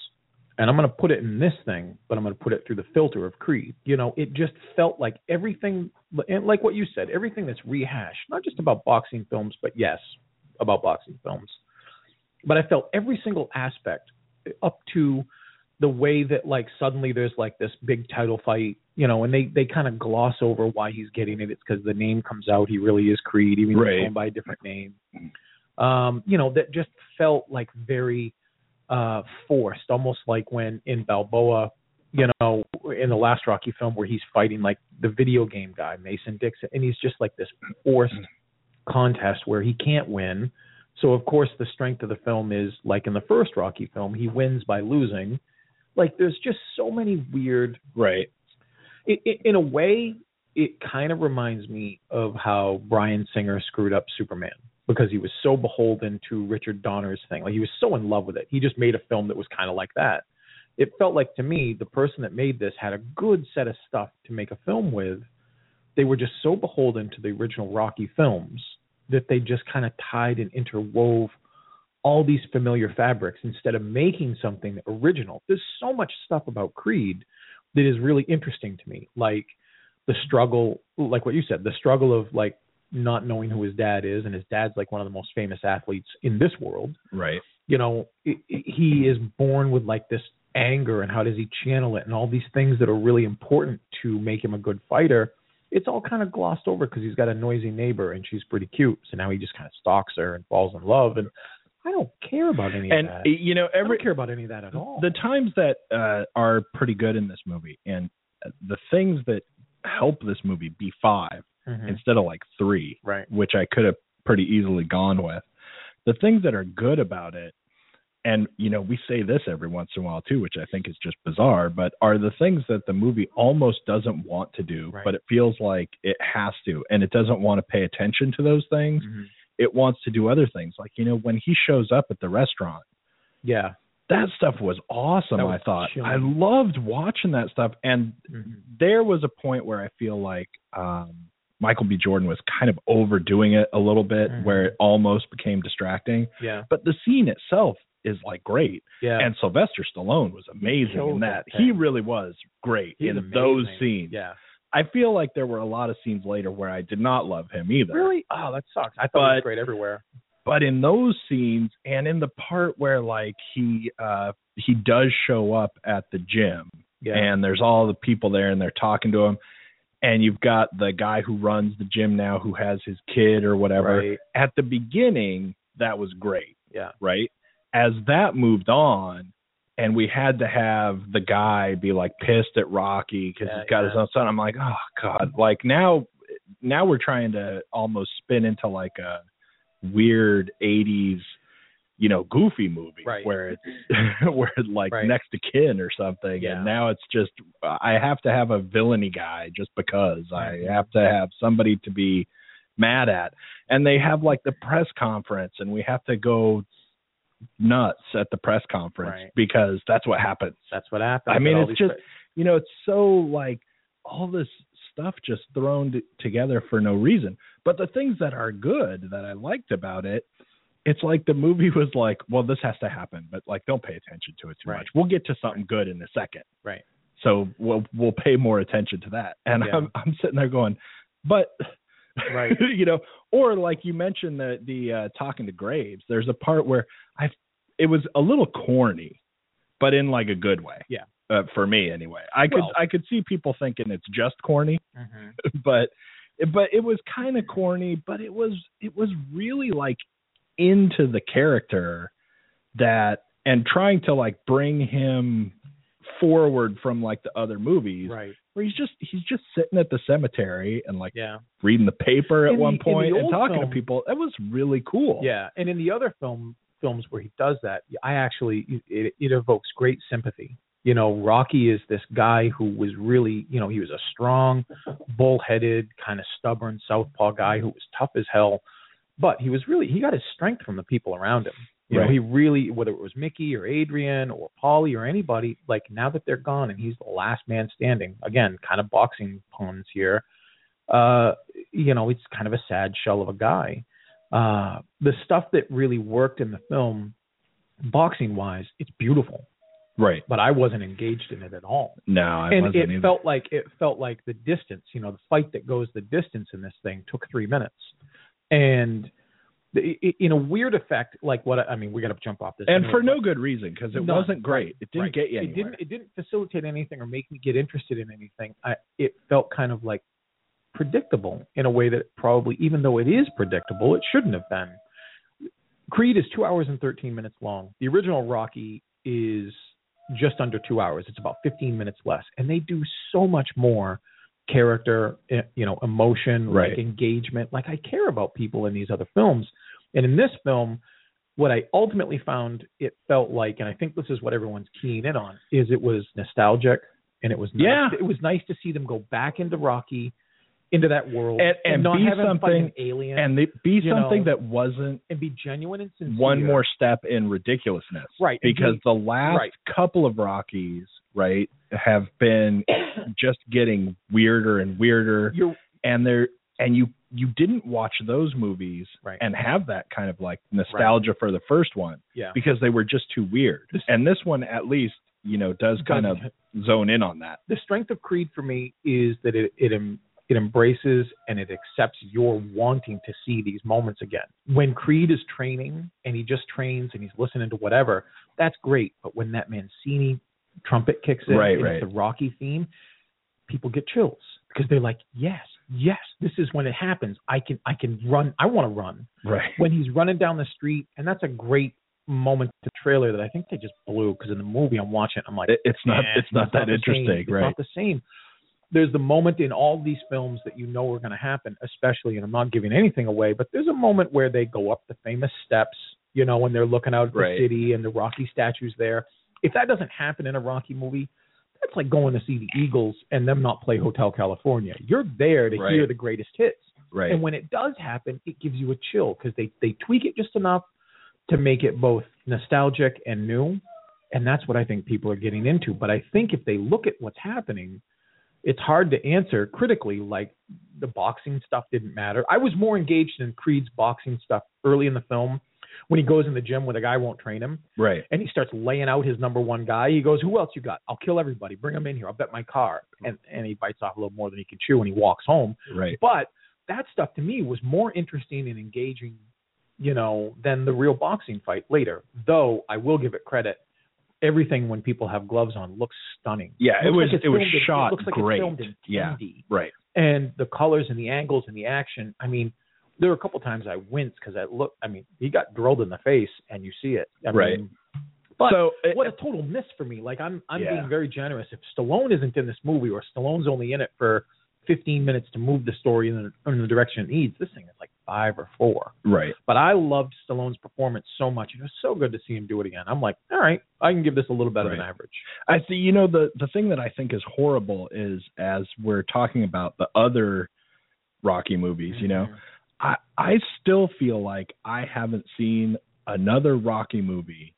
Speaker 2: and I'm going to put it in this thing, but I'm going to put it through the filter of Creed. You know, it just felt like everything, and like what you said, everything that's rehashed, not just about boxing films, but yes, about boxing films. But I felt every single aspect up to the way that like suddenly there's like this big title fight, you know, and they they kind of gloss over why he's getting it. It's because the name comes out. He really is Creed, even though he's
Speaker 1: Right.
Speaker 2: going by a different name. Um, you know, that just felt like very uh, forced, almost like when in Balboa, you know, in the last Rocky film where he's fighting like the video game guy, Mason Dixon, and he's just like this forced contest where he can't win. So of course the strength of the film is like in the first Rocky film, he wins by losing. Like there's just so many weird
Speaker 1: Right.
Speaker 2: it, it, in a way, it kind of reminds me of how Brian Singer screwed up Superman because he was so beholden to Richard Donner's thing. Like he was so in love with it. He just made a film that was kind of like that. It felt like to me, the person that made this had a good set of stuff to make a film with. They were just so beholden to the original Rocky films that they just kind of tied and interwove all these familiar fabrics instead of making something original. There's so much stuff about Creed that is really interesting to me like the struggle like what you said the struggle of like not knowing who his dad is and his dad's like one of the most famous athletes in this world
Speaker 1: Right.
Speaker 2: you know i- i- he is born with like this anger and how does he channel it and all these things that are really important to make him a good fighter it's all kind of glossed over because he's got a noisy neighbor and she's pretty cute so now he just kind of stalks her and falls in love and i don't care about any
Speaker 1: And
Speaker 2: of that
Speaker 1: you know
Speaker 2: i
Speaker 1: every
Speaker 2: don't care about any of that at all
Speaker 1: the times that uh, are pretty good in this movie and the things that help this movie be 5
Speaker 2: Mhm.
Speaker 1: instead of like three
Speaker 2: right
Speaker 1: which I could have pretty easily gone with. The things that are good about it, and you know, we say this every once in a while too, which I think is just bizarre, but are the things that the movie almost doesn't want to do,
Speaker 2: Right.
Speaker 1: but it feels like it has to, and it doesn't want to pay attention to those things.
Speaker 2: Mhm.
Speaker 1: It wants to do other things. Like, you know, when he shows up at the restaurant,
Speaker 2: yeah
Speaker 1: that stuff was awesome,
Speaker 2: That was
Speaker 1: I thought.
Speaker 2: chilling.
Speaker 1: I loved watching that stuff and
Speaker 2: Mhm.
Speaker 1: there was a point where I feel like um, Michael B. Jordan was kind of overdoing it a little bit,
Speaker 2: Mhm.
Speaker 1: where it almost became distracting.
Speaker 2: yeah
Speaker 1: But the scene itself is like great,
Speaker 2: yeah
Speaker 1: and Sylvester Stallone was amazing
Speaker 2: killed
Speaker 1: in that.
Speaker 2: that
Speaker 1: He
Speaker 2: thing.
Speaker 1: really was great
Speaker 2: He's
Speaker 1: in
Speaker 2: amazing.
Speaker 1: those scenes.
Speaker 2: Yeah.
Speaker 1: I feel like there were a lot of scenes later where I did not love him either.
Speaker 2: Really? Oh, that sucks. I thought it was
Speaker 1: But-
Speaker 2: great everywhere.
Speaker 1: But in those scenes and in the part where like he uh he does show up at the gym
Speaker 2: Yeah.
Speaker 1: and there's all the people there and they're talking to him and you've got the guy who runs the gym now who has his kid or whatever.
Speaker 2: Right.
Speaker 1: At the beginning, that was great.
Speaker 2: Yeah.
Speaker 1: Right? As that moved on and we had to have the guy be like pissed at Rocky because
Speaker 2: Yeah,
Speaker 1: he's got his
Speaker 2: yeah.
Speaker 1: own son. I'm like, oh god! Like now, now we're trying to almost spin into like a weird '80s, you know, goofy movie
Speaker 2: Right.
Speaker 1: where it's where it's like
Speaker 2: Right.
Speaker 1: next to kin or something.
Speaker 2: Yeah.
Speaker 1: And now it's just I have to have a villainy guy just because
Speaker 2: Right.
Speaker 1: I have to have somebody to be mad at. And they have like the press conference, and we have to go nuts at the press conference
Speaker 2: Right.
Speaker 1: because that's what happens.
Speaker 2: That's what happened.
Speaker 1: I mean,
Speaker 2: All
Speaker 1: it's
Speaker 2: these-
Speaker 1: just- You know, it's so like all this stuff just thrown t- together for no reason. But the things that are good that I liked about it, it's like the movie was like, well, this has to happen, but like don't pay attention to it too
Speaker 2: Right.
Speaker 1: much. We'll get to something good in a second.
Speaker 2: Right.
Speaker 1: So we'll we'll pay more attention to that. And
Speaker 2: Yeah.
Speaker 1: I'm I'm sitting there going, but
Speaker 2: Right.
Speaker 1: you know, or like you mentioned the the uh, talking to Graves. There's a part where I it was a little corny, but in like a good way.
Speaker 2: Yeah.
Speaker 1: Uh, for me anyway. I could
Speaker 2: Well-
Speaker 1: I could see people thinking it's just corny,
Speaker 2: Mhm.
Speaker 1: but but it was kind of corny, but it was it was really like into the character that and trying to like bring him forward from like the other movies
Speaker 2: right.
Speaker 1: where he's just he's just sitting at the cemetery and like
Speaker 2: Yeah.
Speaker 1: reading the paper at
Speaker 2: In
Speaker 1: one
Speaker 2: the- in the
Speaker 1: point and
Speaker 2: old
Speaker 1: talking
Speaker 2: film-
Speaker 1: to people. That was really cool.
Speaker 2: Yeah. And in the other film films where he does that, I actually it, it evokes great sympathy. You know, Rocky is this guy who was really, you know, he was a strong, bullheaded, kind of stubborn southpaw guy who was tough as hell, but he was really he got his strength from the people around him. You
Speaker 1: Right.
Speaker 2: know, he really whether it was Mickey or Adrian or Polly or anybody, like now that they're gone and he's the last man standing. Again, kind of boxing puns here. Uh, you know, it's kind of a sad shell of a guy. Uh, the stuff that really worked in the film, boxing wise, it's beautiful,
Speaker 1: Right.
Speaker 2: but I wasn't engaged in it at all.
Speaker 1: No, I
Speaker 2: and
Speaker 1: wasn't
Speaker 2: it
Speaker 1: either.
Speaker 2: felt like it felt like the distance, you know, the fight that goes the distance in this thing took three minutes, and the- i- i- in a weird effect, like what I I mean, we got to jump off this.
Speaker 1: and
Speaker 2: anyway,
Speaker 1: for
Speaker 2: but-
Speaker 1: no good reason because it
Speaker 2: None.
Speaker 1: wasn't great. It didn't
Speaker 2: Right.
Speaker 1: get you
Speaker 2: it
Speaker 1: anywhere.
Speaker 2: didn't it didn't facilitate anything or make me get interested in anything. I it felt kind of like predictable in a way that probably even though it is predictable, it shouldn't have been. Creed is two hours and thirteen minutes long. The original Rocky is just under two hours. It's about fifteen minutes less, and they do so much more character, eh, you know, emotion,
Speaker 1: Right.
Speaker 2: like engagement. Like I care about people in these other films, and in this film, what I ultimately found it felt like, and I think this is what everyone's keying in on, is it was nostalgic and it was nice,
Speaker 1: Yeah.
Speaker 2: it was nice to see them go back into Rocky, into that world,
Speaker 1: And- and
Speaker 2: not
Speaker 1: be
Speaker 2: have him fight an
Speaker 1: something-
Speaker 2: alien
Speaker 1: and they, be
Speaker 2: you
Speaker 1: something
Speaker 2: know,
Speaker 1: that wasn't
Speaker 2: and be genuine and sincere.
Speaker 1: one more step in ridiculousness.
Speaker 2: right and
Speaker 1: Because
Speaker 2: be-
Speaker 1: the last
Speaker 2: right.
Speaker 1: couple of Rockies, right, have been just getting weirder and weirder.
Speaker 2: you're
Speaker 1: And they're and you you didn't watch those movies
Speaker 2: right.
Speaker 1: and have that kind of like nostalgia for the first one
Speaker 2: yeah.
Speaker 1: because they were just too weird.
Speaker 2: This-
Speaker 1: And this one at least, you know, does kind of zone in on that.
Speaker 2: the strength of Creed for me is that it it em- it embraces and it accepts your wanting to see these moments again. When Creed is training and he just trains and he's listening to whatever, that's great. But when that Mancini trumpet kicks in,
Speaker 1: Right,
Speaker 2: and
Speaker 1: right.
Speaker 2: it's the Rocky theme, people get chills because they're like, yes, yes, this is when it happens. I can I can run. I want to run
Speaker 1: Right.
Speaker 2: when he's running down the street, and that's a great moment to trailer that I think they just blew because in the movie I'm watching, I'm like,
Speaker 1: It, it's not
Speaker 2: Eh,
Speaker 1: it's not that
Speaker 2: the same.
Speaker 1: interesting,
Speaker 2: It's
Speaker 1: right?
Speaker 2: not the same. There's the moment in all these films that you know are going to happen, especially, and I'm not giving anything away, but there's a moment where they go up the famous steps, you know, when they're looking out at
Speaker 1: Right.
Speaker 2: the city and the Rocky statues there. If that doesn't happen in a Rocky movie, that's like going to see the Eagles and them not play Hotel California. You're there to
Speaker 1: Right.
Speaker 2: hear the greatest hits.
Speaker 1: Right.
Speaker 2: And when it does happen, it gives you a chill because they they tweak it just enough to make it both nostalgic and new, and that's what I think people are getting into. But I think if they look at what's happening, it's hard to answer critically. Like the boxing stuff didn't matter. I was more engaged in Creed's boxing stuff early in the film when he goes in the gym where the guy won't train him
Speaker 1: Right.
Speaker 2: and he starts laying out his number one guy. He goes, "Who else you got? I'll kill everybody. Bring him in here. I'll bet my car." And and he bites off a little more than he can chew, and he walks home.
Speaker 1: Right.
Speaker 2: But that stuff to me was more interesting and engaging, you know, than the real boxing fight later. Though I will give it credit, everything when people have gloves on looks stunning.
Speaker 1: Yeah, it
Speaker 2: Looks
Speaker 1: was
Speaker 2: like it's
Speaker 1: it was
Speaker 2: filmed in-
Speaker 1: shot
Speaker 2: looks like
Speaker 1: great.
Speaker 2: It's filmed in
Speaker 1: yeah.
Speaker 2: 10D
Speaker 1: Right.
Speaker 2: and the colors and the angles and the action. I mean, there were a couple times I winced because I look. I mean, he got drilled in the face, and you see it. I
Speaker 1: Right.
Speaker 2: Mean, but
Speaker 1: so uh, it-
Speaker 2: what a total miss for me. Like I'm, I'm
Speaker 1: Yeah.
Speaker 2: being very generous. If Stallone isn't in this movie, or Stallone's only in it for 15 minutes to move the story in the, in the direction it needs, this thing is like five or four.
Speaker 1: right.
Speaker 2: But I loved Stallone's performance so much. It was so good to see him do it again. I'm like, all right, I can give this a little better than
Speaker 1: Right.
Speaker 2: average.
Speaker 1: I see. You know, the the thing that I think is horrible is as we're talking about the other Rocky movies. You
Speaker 2: Mm-hmm.
Speaker 1: know, I I still feel like I haven't seen another Rocky movie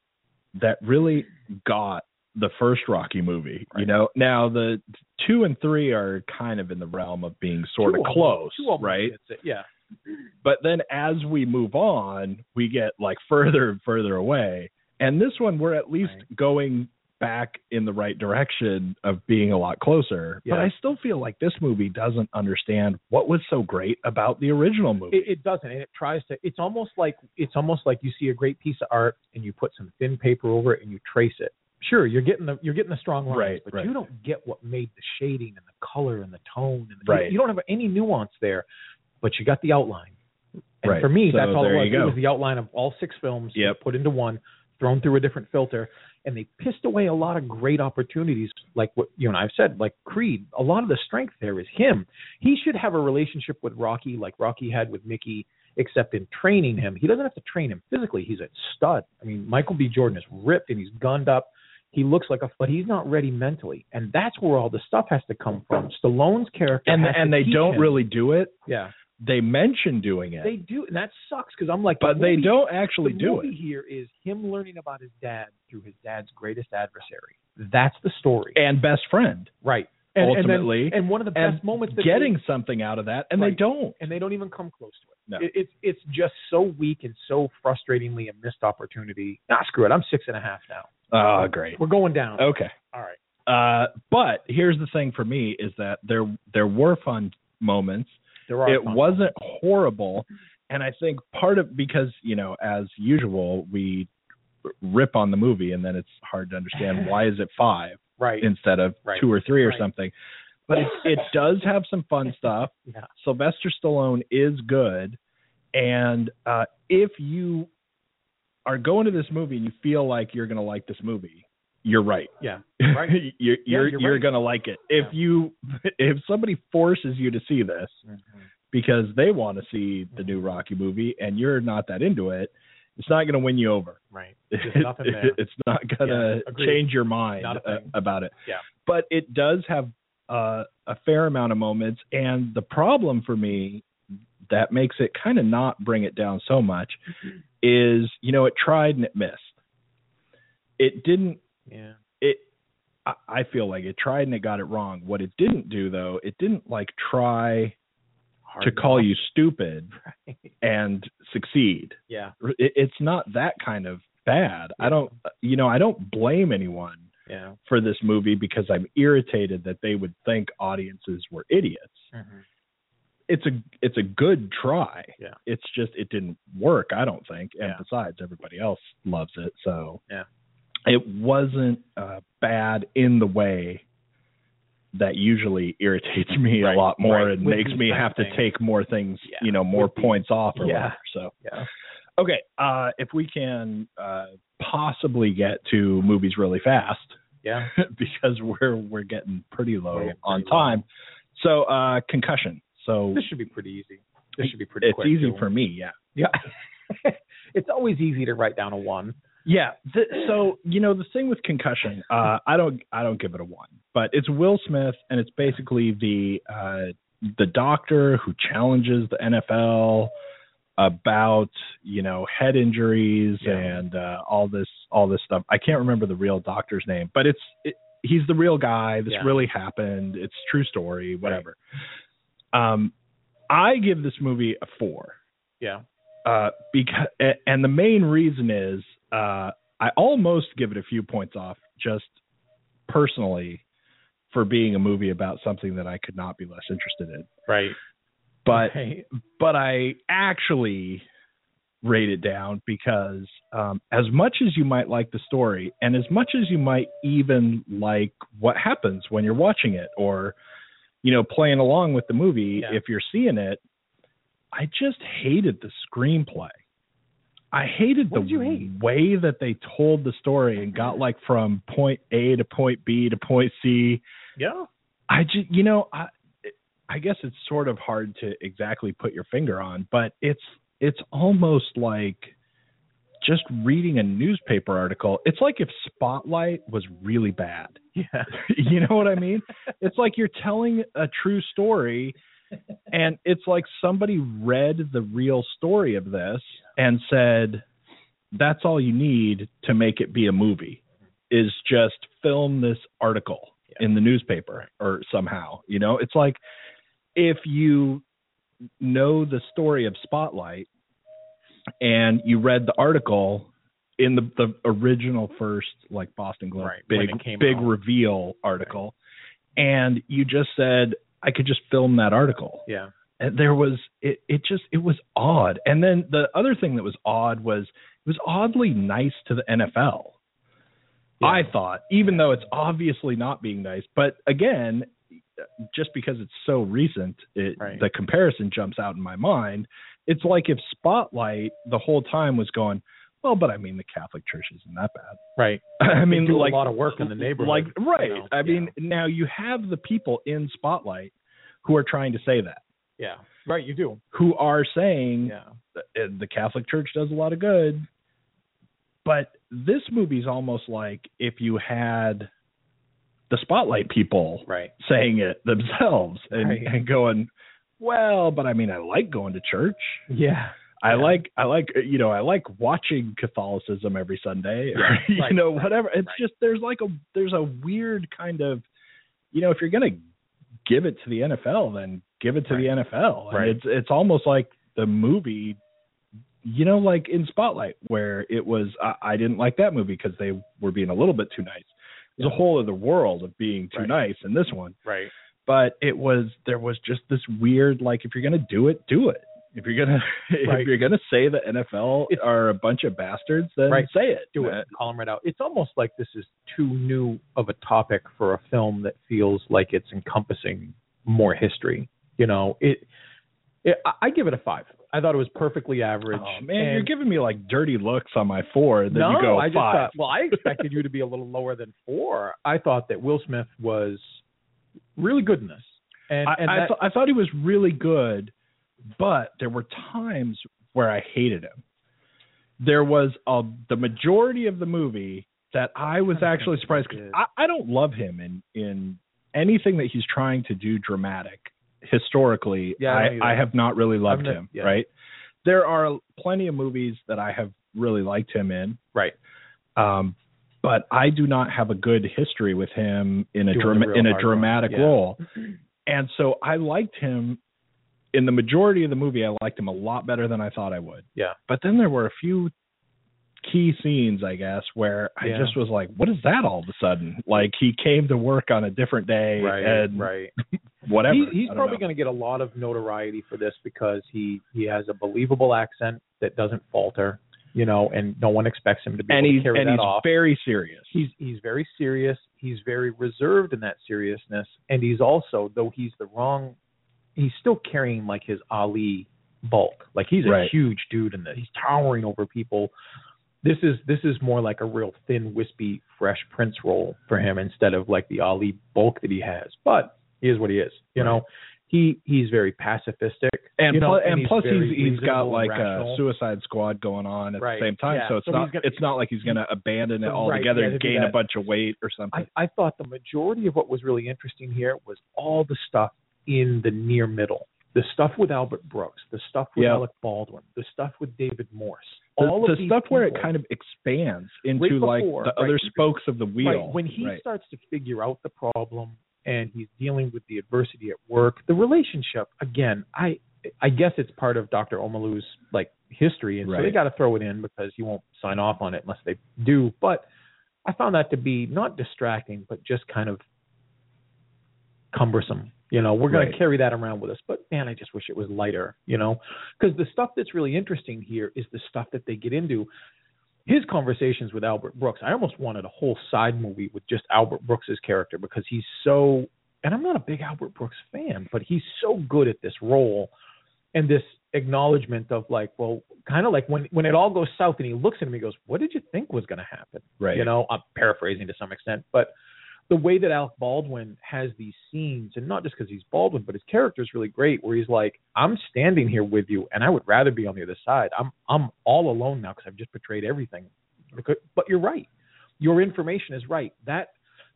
Speaker 1: that really got the first Rocky movie. You
Speaker 2: Right.
Speaker 1: know, now the two and three are kind of in the realm of being sort
Speaker 2: Two
Speaker 1: of
Speaker 2: almost-
Speaker 1: close,
Speaker 2: two almost
Speaker 1: right?
Speaker 2: hits it, Yeah.
Speaker 1: but then as we move on, we get like further and further away. And this one, we're at least
Speaker 2: Right.
Speaker 1: going back in the right direction of being a lot closer. But
Speaker 2: Yeah.
Speaker 1: I still feel like this movie doesn't understand what was so great about the original movie.
Speaker 2: It, it doesn't, and it tries to. It's almost like it's almost like you see a great piece of art and you put some thin paper over it and you trace it. Sure, you're getting the you're getting the strong lines,
Speaker 1: Right,
Speaker 2: but
Speaker 1: right.
Speaker 2: you don't get what made the shading and the color and the tone and the,
Speaker 1: Right.
Speaker 2: You, don't have any nuance there, but you got the outline. And
Speaker 1: Right,
Speaker 2: for me,
Speaker 1: so
Speaker 2: that's all it
Speaker 1: there
Speaker 2: was.
Speaker 1: you go.
Speaker 2: It was the outline of all six films
Speaker 1: Yep.
Speaker 2: put into one, thrown through a different filter, and they pissed away a lot of great opportunities. Like what you and I've said, like Creed, a lot of the strength there is him. He should have a relationship with Rocky, like Rocky had with Mickey, except in training him, he doesn't have to train him physically. He's a stud. I mean, Michael B. Jordan is ripped and he's gunned up. He looks like a, but he's not ready mentally, and that's where all the stuff has to come from. Stallone's character,
Speaker 1: and
Speaker 2: has to
Speaker 1: and they
Speaker 2: teach
Speaker 1: don't
Speaker 2: him.
Speaker 1: really do it.
Speaker 2: yeah,
Speaker 1: They mention doing it,
Speaker 2: they do, and that sucks because I'm like,
Speaker 1: but
Speaker 2: the
Speaker 1: they
Speaker 2: movie-
Speaker 1: don't actually
Speaker 2: the
Speaker 1: do
Speaker 2: movie
Speaker 1: it.
Speaker 2: here is him learning about his dad through his dad's greatest adversary. That's the story,
Speaker 1: And best friend
Speaker 2: right? And, and then-
Speaker 1: Ultimately,
Speaker 2: and, one of the
Speaker 1: and
Speaker 2: best moments that
Speaker 1: getting something out of that, and they
Speaker 2: Right.
Speaker 1: don't.
Speaker 2: and they don't even come close to it.
Speaker 1: No.
Speaker 2: It- it's it's just so weak and so frustratingly a missed opportunity. Ah, screw it. I'm six and a half now.
Speaker 1: Oh, great.
Speaker 2: We're going down.
Speaker 1: Okay.
Speaker 2: All right.
Speaker 1: Uh, but here's the thing for me is that there there were fun moments.
Speaker 2: There are
Speaker 1: it
Speaker 2: fun-
Speaker 1: wasn't horrible, and I think part of because you know as usual we rip on the movie and then it's hard to understand why is it five
Speaker 2: right.
Speaker 1: instead of
Speaker 2: Right.
Speaker 1: two or three or
Speaker 2: Right.
Speaker 1: something. But it, it does have some fun stuff.
Speaker 2: Yeah.
Speaker 1: Sylvester Stallone is good, and uh, if you are going to this movie and you feel like you're going to like this movie, you're right.
Speaker 2: Yeah.
Speaker 1: Right.
Speaker 2: Right.
Speaker 1: you're you're,
Speaker 2: you're
Speaker 1: you're
Speaker 2: right.
Speaker 1: gonna like it if
Speaker 2: Yeah.
Speaker 1: you if somebody forces you to see this because they want to see the new Rocky movie and you're not that into it, it's not gonna win you over.
Speaker 2: Right. There's nothing there.
Speaker 1: It's not gonna
Speaker 2: Yeah, agreed.
Speaker 1: change your mind
Speaker 2: Not a
Speaker 1: uh,
Speaker 2: thing.
Speaker 1: about it.
Speaker 2: Yeah.
Speaker 1: But it does have uh, a fair amount of moments, and the problem for me that makes it kind of not bring it down so much
Speaker 2: Mm-hmm.
Speaker 1: is you know it tried and it missed. It didn't
Speaker 2: Yeah.
Speaker 1: it I, I feel like it tried and it got it wrong. What it didn't do though, it didn't like try
Speaker 2: Hard
Speaker 1: to call
Speaker 2: enough.
Speaker 1: you stupid and succeed.
Speaker 2: Yeah.
Speaker 1: R- It, it's not that kind of bad. I don't you know, I don't blame anyone
Speaker 2: Yeah.
Speaker 1: for this movie because I'm irritated that they would think audiences were idiots. Mm-hmm. It's a it's a good try.
Speaker 2: Yeah.
Speaker 1: It's just it didn't work, I don't think. And
Speaker 2: Yeah.
Speaker 1: besides everybody else loves it, so
Speaker 2: Yeah.
Speaker 1: It wasn't uh, bad in the way that usually irritates me
Speaker 2: Right,
Speaker 1: a lot more
Speaker 2: right.
Speaker 1: and
Speaker 2: With
Speaker 1: makes
Speaker 2: these
Speaker 1: me
Speaker 2: kind
Speaker 1: have
Speaker 2: of
Speaker 1: to
Speaker 2: things.
Speaker 1: take more things,
Speaker 2: Yeah.
Speaker 1: you know, more
Speaker 2: With these-
Speaker 1: points off or
Speaker 2: Yeah.
Speaker 1: whatever. So
Speaker 2: Yeah.
Speaker 1: Okay, uh, if we can uh, possibly get to movies really fast
Speaker 2: Yeah.
Speaker 1: because we're we're getting pretty low
Speaker 2: We're getting
Speaker 1: on
Speaker 2: pretty low.
Speaker 1: time. So uh, concussion. So
Speaker 2: This should be pretty easy. This should be pretty
Speaker 1: it's
Speaker 2: quick.
Speaker 1: easy
Speaker 2: too.
Speaker 1: for me. Yeah.
Speaker 2: Yeah. it's always easy to write down a one.
Speaker 1: Yeah. th- so you know the thing with concussion, uh, I don't I don't give it a one, but it's Will Smith, and it's basically the uh, the doctor who challenges the NFL about you know head injuries
Speaker 2: Yeah.
Speaker 1: and uh, all this all this stuff. I can't remember the real doctor's name, but it's it, he's the real guy. This
Speaker 2: Yeah.
Speaker 1: really happened. It's true story. Whatever. Um, I give this movie a four.
Speaker 2: Yeah.
Speaker 1: uh, because and the main reason is uh, I almost give it a few points off just personally for being a movie about something that I could not be less interested in.
Speaker 2: Right.
Speaker 1: But
Speaker 2: Right.
Speaker 1: but I actually rate it down because um, as much as you might like the story, and as much as you might even like what happens when you're watching it, or you know playing along with the movie
Speaker 2: Yeah.
Speaker 1: if you're seeing it, I just hated the screenplay. I hated
Speaker 2: What
Speaker 1: the
Speaker 2: did you hate?
Speaker 1: way that they told the story and got like from point A to point B to point C.
Speaker 2: Yeah.
Speaker 1: I just, you know, I, I guess it's sort of hard to exactly put your finger on, but it's, it's almost like just reading a newspaper article. It's like if Spotlight was really bad.
Speaker 2: Yeah.
Speaker 1: you know what I mean? It's like you're telling a true story, and it's like somebody read the real story of this and said, "That's all you need to make it be a movie." Is just film this article in the newspaper or somehow. You know, it's like if you know the story of Spotlight and you read the article in the, the original first like Boston Globe
Speaker 2: Right, when
Speaker 1: big
Speaker 2: it came
Speaker 1: big
Speaker 2: out.
Speaker 1: reveal article and you just said I could just film that article.
Speaker 2: Yeah.
Speaker 1: And there was it it just it was odd. And then the other thing that was odd was it was oddly nice to the NFL.
Speaker 2: Yeah.
Speaker 1: I thought, even though it's obviously not being nice, but again, just because it's so recent, it,
Speaker 2: Right.
Speaker 1: the comparison jumps out in my mind. It's like if Spotlight the whole time was going, well, but I mean, the Catholic Church isn't that bad.
Speaker 2: Right.
Speaker 1: I
Speaker 2: They
Speaker 1: mean,
Speaker 2: do
Speaker 1: like
Speaker 2: a lot of work in the neighborhood.
Speaker 1: like
Speaker 2: you
Speaker 1: right.
Speaker 2: know?
Speaker 1: I mean, now you have the people in Spotlight who are trying to say that,
Speaker 2: Yeah. Yeah. Right. You do.
Speaker 1: who are saying
Speaker 2: Yeah.
Speaker 1: the, the Catholic Church does a lot of good, but this movie's almost like if you had the Spotlight people
Speaker 2: Right.
Speaker 1: saying it themselves and,
Speaker 2: Right.
Speaker 1: and going, well, but I mean, I like going to church.
Speaker 2: Yeah.
Speaker 1: I
Speaker 2: Yeah.
Speaker 1: like I like uh, you know I like watching Catholicism every Sunday or
Speaker 2: Right,
Speaker 1: you
Speaker 2: right,
Speaker 1: know
Speaker 2: right,
Speaker 1: whatever it's
Speaker 2: right.
Speaker 1: just there's like a there's a weird kind of you know if you're going to give it to the NFL then give it to the NFL
Speaker 2: Right.
Speaker 1: and it's it's almost like the movie you know like in Spotlight where it was I, I didn't like that movie because they were being a little bit too nice there's a whole other world of being too
Speaker 2: Right.
Speaker 1: nice in this one
Speaker 2: Right.
Speaker 1: but it was there was just this weird like if you're gonna do it, do it. If you're gonna
Speaker 2: Right.
Speaker 1: if you're gonna say the NFL
Speaker 2: It's-
Speaker 1: are a bunch of bastards, then
Speaker 2: Right.
Speaker 1: say it.
Speaker 2: Do
Speaker 1: Uh,
Speaker 2: it. Call them right out. It's almost like this is too new of a topic for a film that feels like it's encompassing more history. You know, it. it I- I give it a five. I thought it was perfectly average.
Speaker 1: Oh, man, you're
Speaker 2: and-
Speaker 1: giving me like dirty looks on my four. Then
Speaker 2: no,
Speaker 1: you go
Speaker 2: I
Speaker 1: five.
Speaker 2: just thought. Well, I expected you to be a little lower than four. I thought that Will Smith was really good in this, and,
Speaker 1: I,
Speaker 2: and
Speaker 1: I,
Speaker 2: that,
Speaker 1: thought- I thought he was really good, but there were times where I hated him. There was a, the majority of the movie that I was
Speaker 2: I don't
Speaker 1: actually
Speaker 2: think
Speaker 1: surprised
Speaker 2: he
Speaker 1: because
Speaker 2: did.
Speaker 1: I, I don't love him in in anything that he's trying to do dramatic. Historically,
Speaker 2: Yeah, I don't
Speaker 1: I, I
Speaker 2: either.
Speaker 1: have not really loved
Speaker 2: not-
Speaker 1: him.
Speaker 2: yeah.
Speaker 1: Right? There are plenty of movies that I have really liked him in.
Speaker 2: Right.
Speaker 1: Um, but I do not have a good history with him in a
Speaker 2: Doing
Speaker 1: drama
Speaker 2: the real
Speaker 1: in a
Speaker 2: hard one,
Speaker 1: dramatic
Speaker 2: yeah. Mm-hmm.
Speaker 1: role. And so I liked him in the majority of the movie. I liked him a lot better than I thought I would.
Speaker 2: Yeah.
Speaker 1: But then there were a few key scenes, I guess, where I
Speaker 2: Yeah.
Speaker 1: just was like, "What is that all of a sudden?" Like he came to work on a different day
Speaker 2: right,
Speaker 1: and
Speaker 2: right.
Speaker 1: whatever.
Speaker 2: He, he's
Speaker 1: I don't
Speaker 2: probably
Speaker 1: know.
Speaker 2: going to get a lot of notoriety for this because he he has a believable accent that doesn't falter, you know, and no one expects him to be
Speaker 1: and
Speaker 2: able
Speaker 1: he's
Speaker 2: to carry
Speaker 1: and
Speaker 2: that
Speaker 1: he's
Speaker 2: off.
Speaker 1: very serious.
Speaker 2: He's he's very serious. He's very reserved in that seriousness, and he's also though he's the wrong, he's still carrying like his Ali bulk. Like he's a
Speaker 1: Right.
Speaker 2: huge dude, and he's towering over people. This is this is more like a real thin, wispy, fresh Prince role for him instead of like the Ali bulk that he has. But he is what he is, you know. He he's very pacifistic,
Speaker 1: and,
Speaker 2: you know,
Speaker 1: plu- and
Speaker 2: he's
Speaker 1: plus
Speaker 2: very
Speaker 1: he's he's got
Speaker 2: reasonable and
Speaker 1: like
Speaker 2: rational.
Speaker 1: a suicide squad going on at
Speaker 2: Right,
Speaker 1: the same time
Speaker 2: yeah.
Speaker 1: so it's
Speaker 2: So
Speaker 1: not
Speaker 2: he's gonna-
Speaker 1: it's not like he's going to abandon it
Speaker 2: Right,
Speaker 1: altogether
Speaker 2: yeah,
Speaker 1: and
Speaker 2: to do
Speaker 1: gain a
Speaker 2: that.
Speaker 1: bunch of weight or something
Speaker 2: I, I thought the majority of what was really interesting here was all the stuff in the near middle. The stuff with Albert Brooks, the stuff with
Speaker 1: Yeah.
Speaker 2: Alec Baldwin, the stuff with David Morse.
Speaker 1: the,
Speaker 2: all
Speaker 1: the
Speaker 2: of these
Speaker 1: stuff where it
Speaker 2: people-
Speaker 1: kind of expands into
Speaker 2: Right
Speaker 1: like
Speaker 2: before,
Speaker 1: the
Speaker 2: right,
Speaker 1: other
Speaker 2: because-
Speaker 1: spokes of the wheel
Speaker 2: Right, when he
Speaker 1: Right.
Speaker 2: starts to figure out the problem and he's dealing with the adversity at work, the relationship again, I I guess it's part of Dr. Omalu's like history, and so they
Speaker 1: Right.
Speaker 2: got to throw it in because you won't sign off on it unless they do. But I found that to be not distracting, but just kind of cumbersome. You know, we're going
Speaker 1: Right.
Speaker 2: to carry that around with us, but man, I just wish it was lighter. You know, because the stuff that's really interesting here is the stuff that they get into. His conversations with Albert Brooks. I almost wanted a whole side movie with just Albert Brooks's character because he's so. And I'm not a big Albert Brooks fan, but he's so good at this role and this acknowledgement of like, well, kind of like when when it all goes south, and he looks at him, he goes, "What did you think was going to happen?"
Speaker 1: Right.
Speaker 2: You know, I'm paraphrasing to some extent, but the way that Alec Baldwin has these scenes, and not just because he's Baldwin, but his character is really great, where he's like, "I'm standing here with you, and I would rather be on the other side. I'm I'm all alone now because I've just betrayed everything." Because- But you're right. Your information is right. That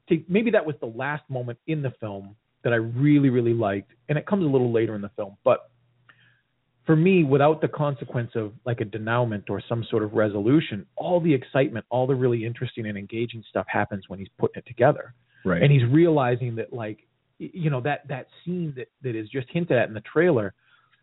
Speaker 2: to, maybe that was the last moment in the film that I really really liked, and it comes a little later in the film, but for me, without the consequence of like a denouement or some sort of resolution, all the excitement, all the really interesting and engaging stuff happens when he's putting it together.
Speaker 1: Right.
Speaker 2: And he's realizing that like y- you know, that that scene that, that is just hinted at in the trailer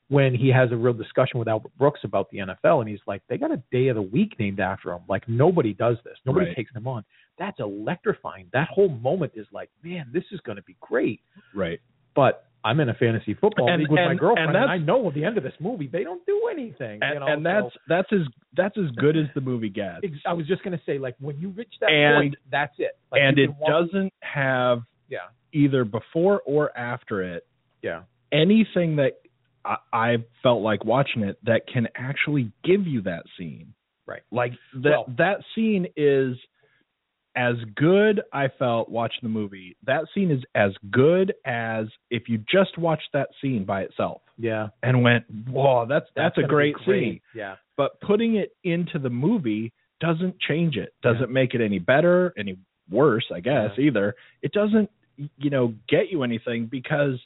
Speaker 2: when he has a real discussion with Albert Brooks about the NFL and he's like, They got a day of the week named after him. Like nobody does this. Nobody
Speaker 1: Right.
Speaker 2: takes them on. That's electrifying. That whole moment is like, man, this is gonna be great
Speaker 1: right.
Speaker 2: but I'm in a fantasy football
Speaker 1: And-
Speaker 2: league with my
Speaker 1: and-
Speaker 2: girlfriend,
Speaker 1: and
Speaker 2: and,
Speaker 1: that's-
Speaker 2: I know at the end of this movie they don't do anything.
Speaker 1: And,
Speaker 2: you know,
Speaker 1: and
Speaker 2: so-
Speaker 1: that's that's as that's as good as the movie gets.
Speaker 2: ex- I was just gonna say, like when you reach that
Speaker 1: And-
Speaker 2: point, that's it. Like,
Speaker 1: and
Speaker 2: you
Speaker 1: it
Speaker 2: can walk-
Speaker 1: doesn't have
Speaker 2: Yeah,
Speaker 1: either before or after it
Speaker 2: yeah,
Speaker 1: anything that I, I felt like watching it that can actually give you that scene.
Speaker 2: Right.
Speaker 1: Like that
Speaker 2: Well-
Speaker 1: that scene is as good I felt watching the movie. That scene is as good as if you just watched that scene by itself
Speaker 2: yeah.
Speaker 1: and went, "Whoa, that's that's, a
Speaker 2: gonna be
Speaker 1: great, scene."
Speaker 2: Yeah,
Speaker 1: But putting it into the movie doesn't change it. Doesn't make it any better, any worse, I guess, either. It doesn't you know get you anything because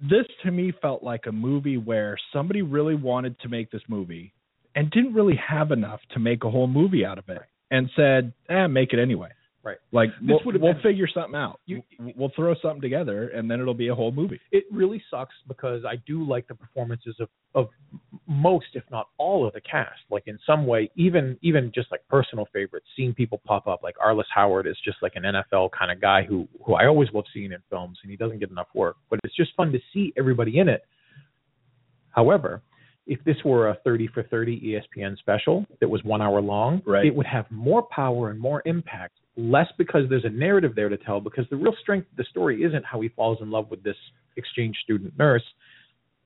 Speaker 1: this to me felt like a movie where somebody really wanted to make this movie and didn't really have enough to make a whole movie out of it
Speaker 2: Right.
Speaker 1: and said eh, make it anyway
Speaker 2: Right.
Speaker 1: like
Speaker 2: This
Speaker 1: we'll,
Speaker 2: would've
Speaker 1: we'll
Speaker 2: been-
Speaker 1: figure something out
Speaker 2: You-
Speaker 1: W- we'll throw something together and then it'll be a whole movie
Speaker 2: it really sucks because I do like the performances of of most, if not all, of the cast. Like in some way, even even just like personal favorites, seeing people pop up. Like Arliss Howard is just like an NFL kind of guy who who I always love seeing in films, and he doesn't get enough work. But it's just fun to see everybody in it. However, if this were a 30 for E 30 ESPN special that was one hour long,
Speaker 1: Right.
Speaker 2: it would have more power and more impact, less because there's a narrative there to tell, because the real strength of the story isn't how he falls in love with this exchange student nurse.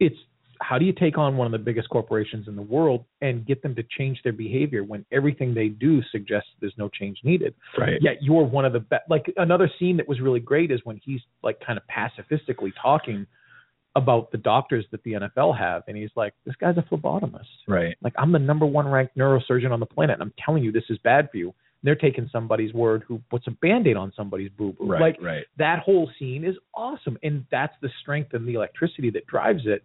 Speaker 2: It's how do you take on one of the biggest corporations in the world and get them to change their behavior when everything they do suggests there's no change needed?
Speaker 1: right
Speaker 2: yet you're one of the best. Like another scene that was really great is when he's like kind of pacifistically talking about the doctors that the NFL have, and he's like, "This guy's a phlebotomist.
Speaker 1: right
Speaker 2: Like I'm the number one ranked neurosurgeon on the planet. and I'm telling you, this is bad for you." And they're taking somebody's word who puts a band-aid on somebody's boo boo.
Speaker 1: right
Speaker 2: like
Speaker 1: right
Speaker 2: that whole scene is awesome, and that's the strength and the electricity that drives it.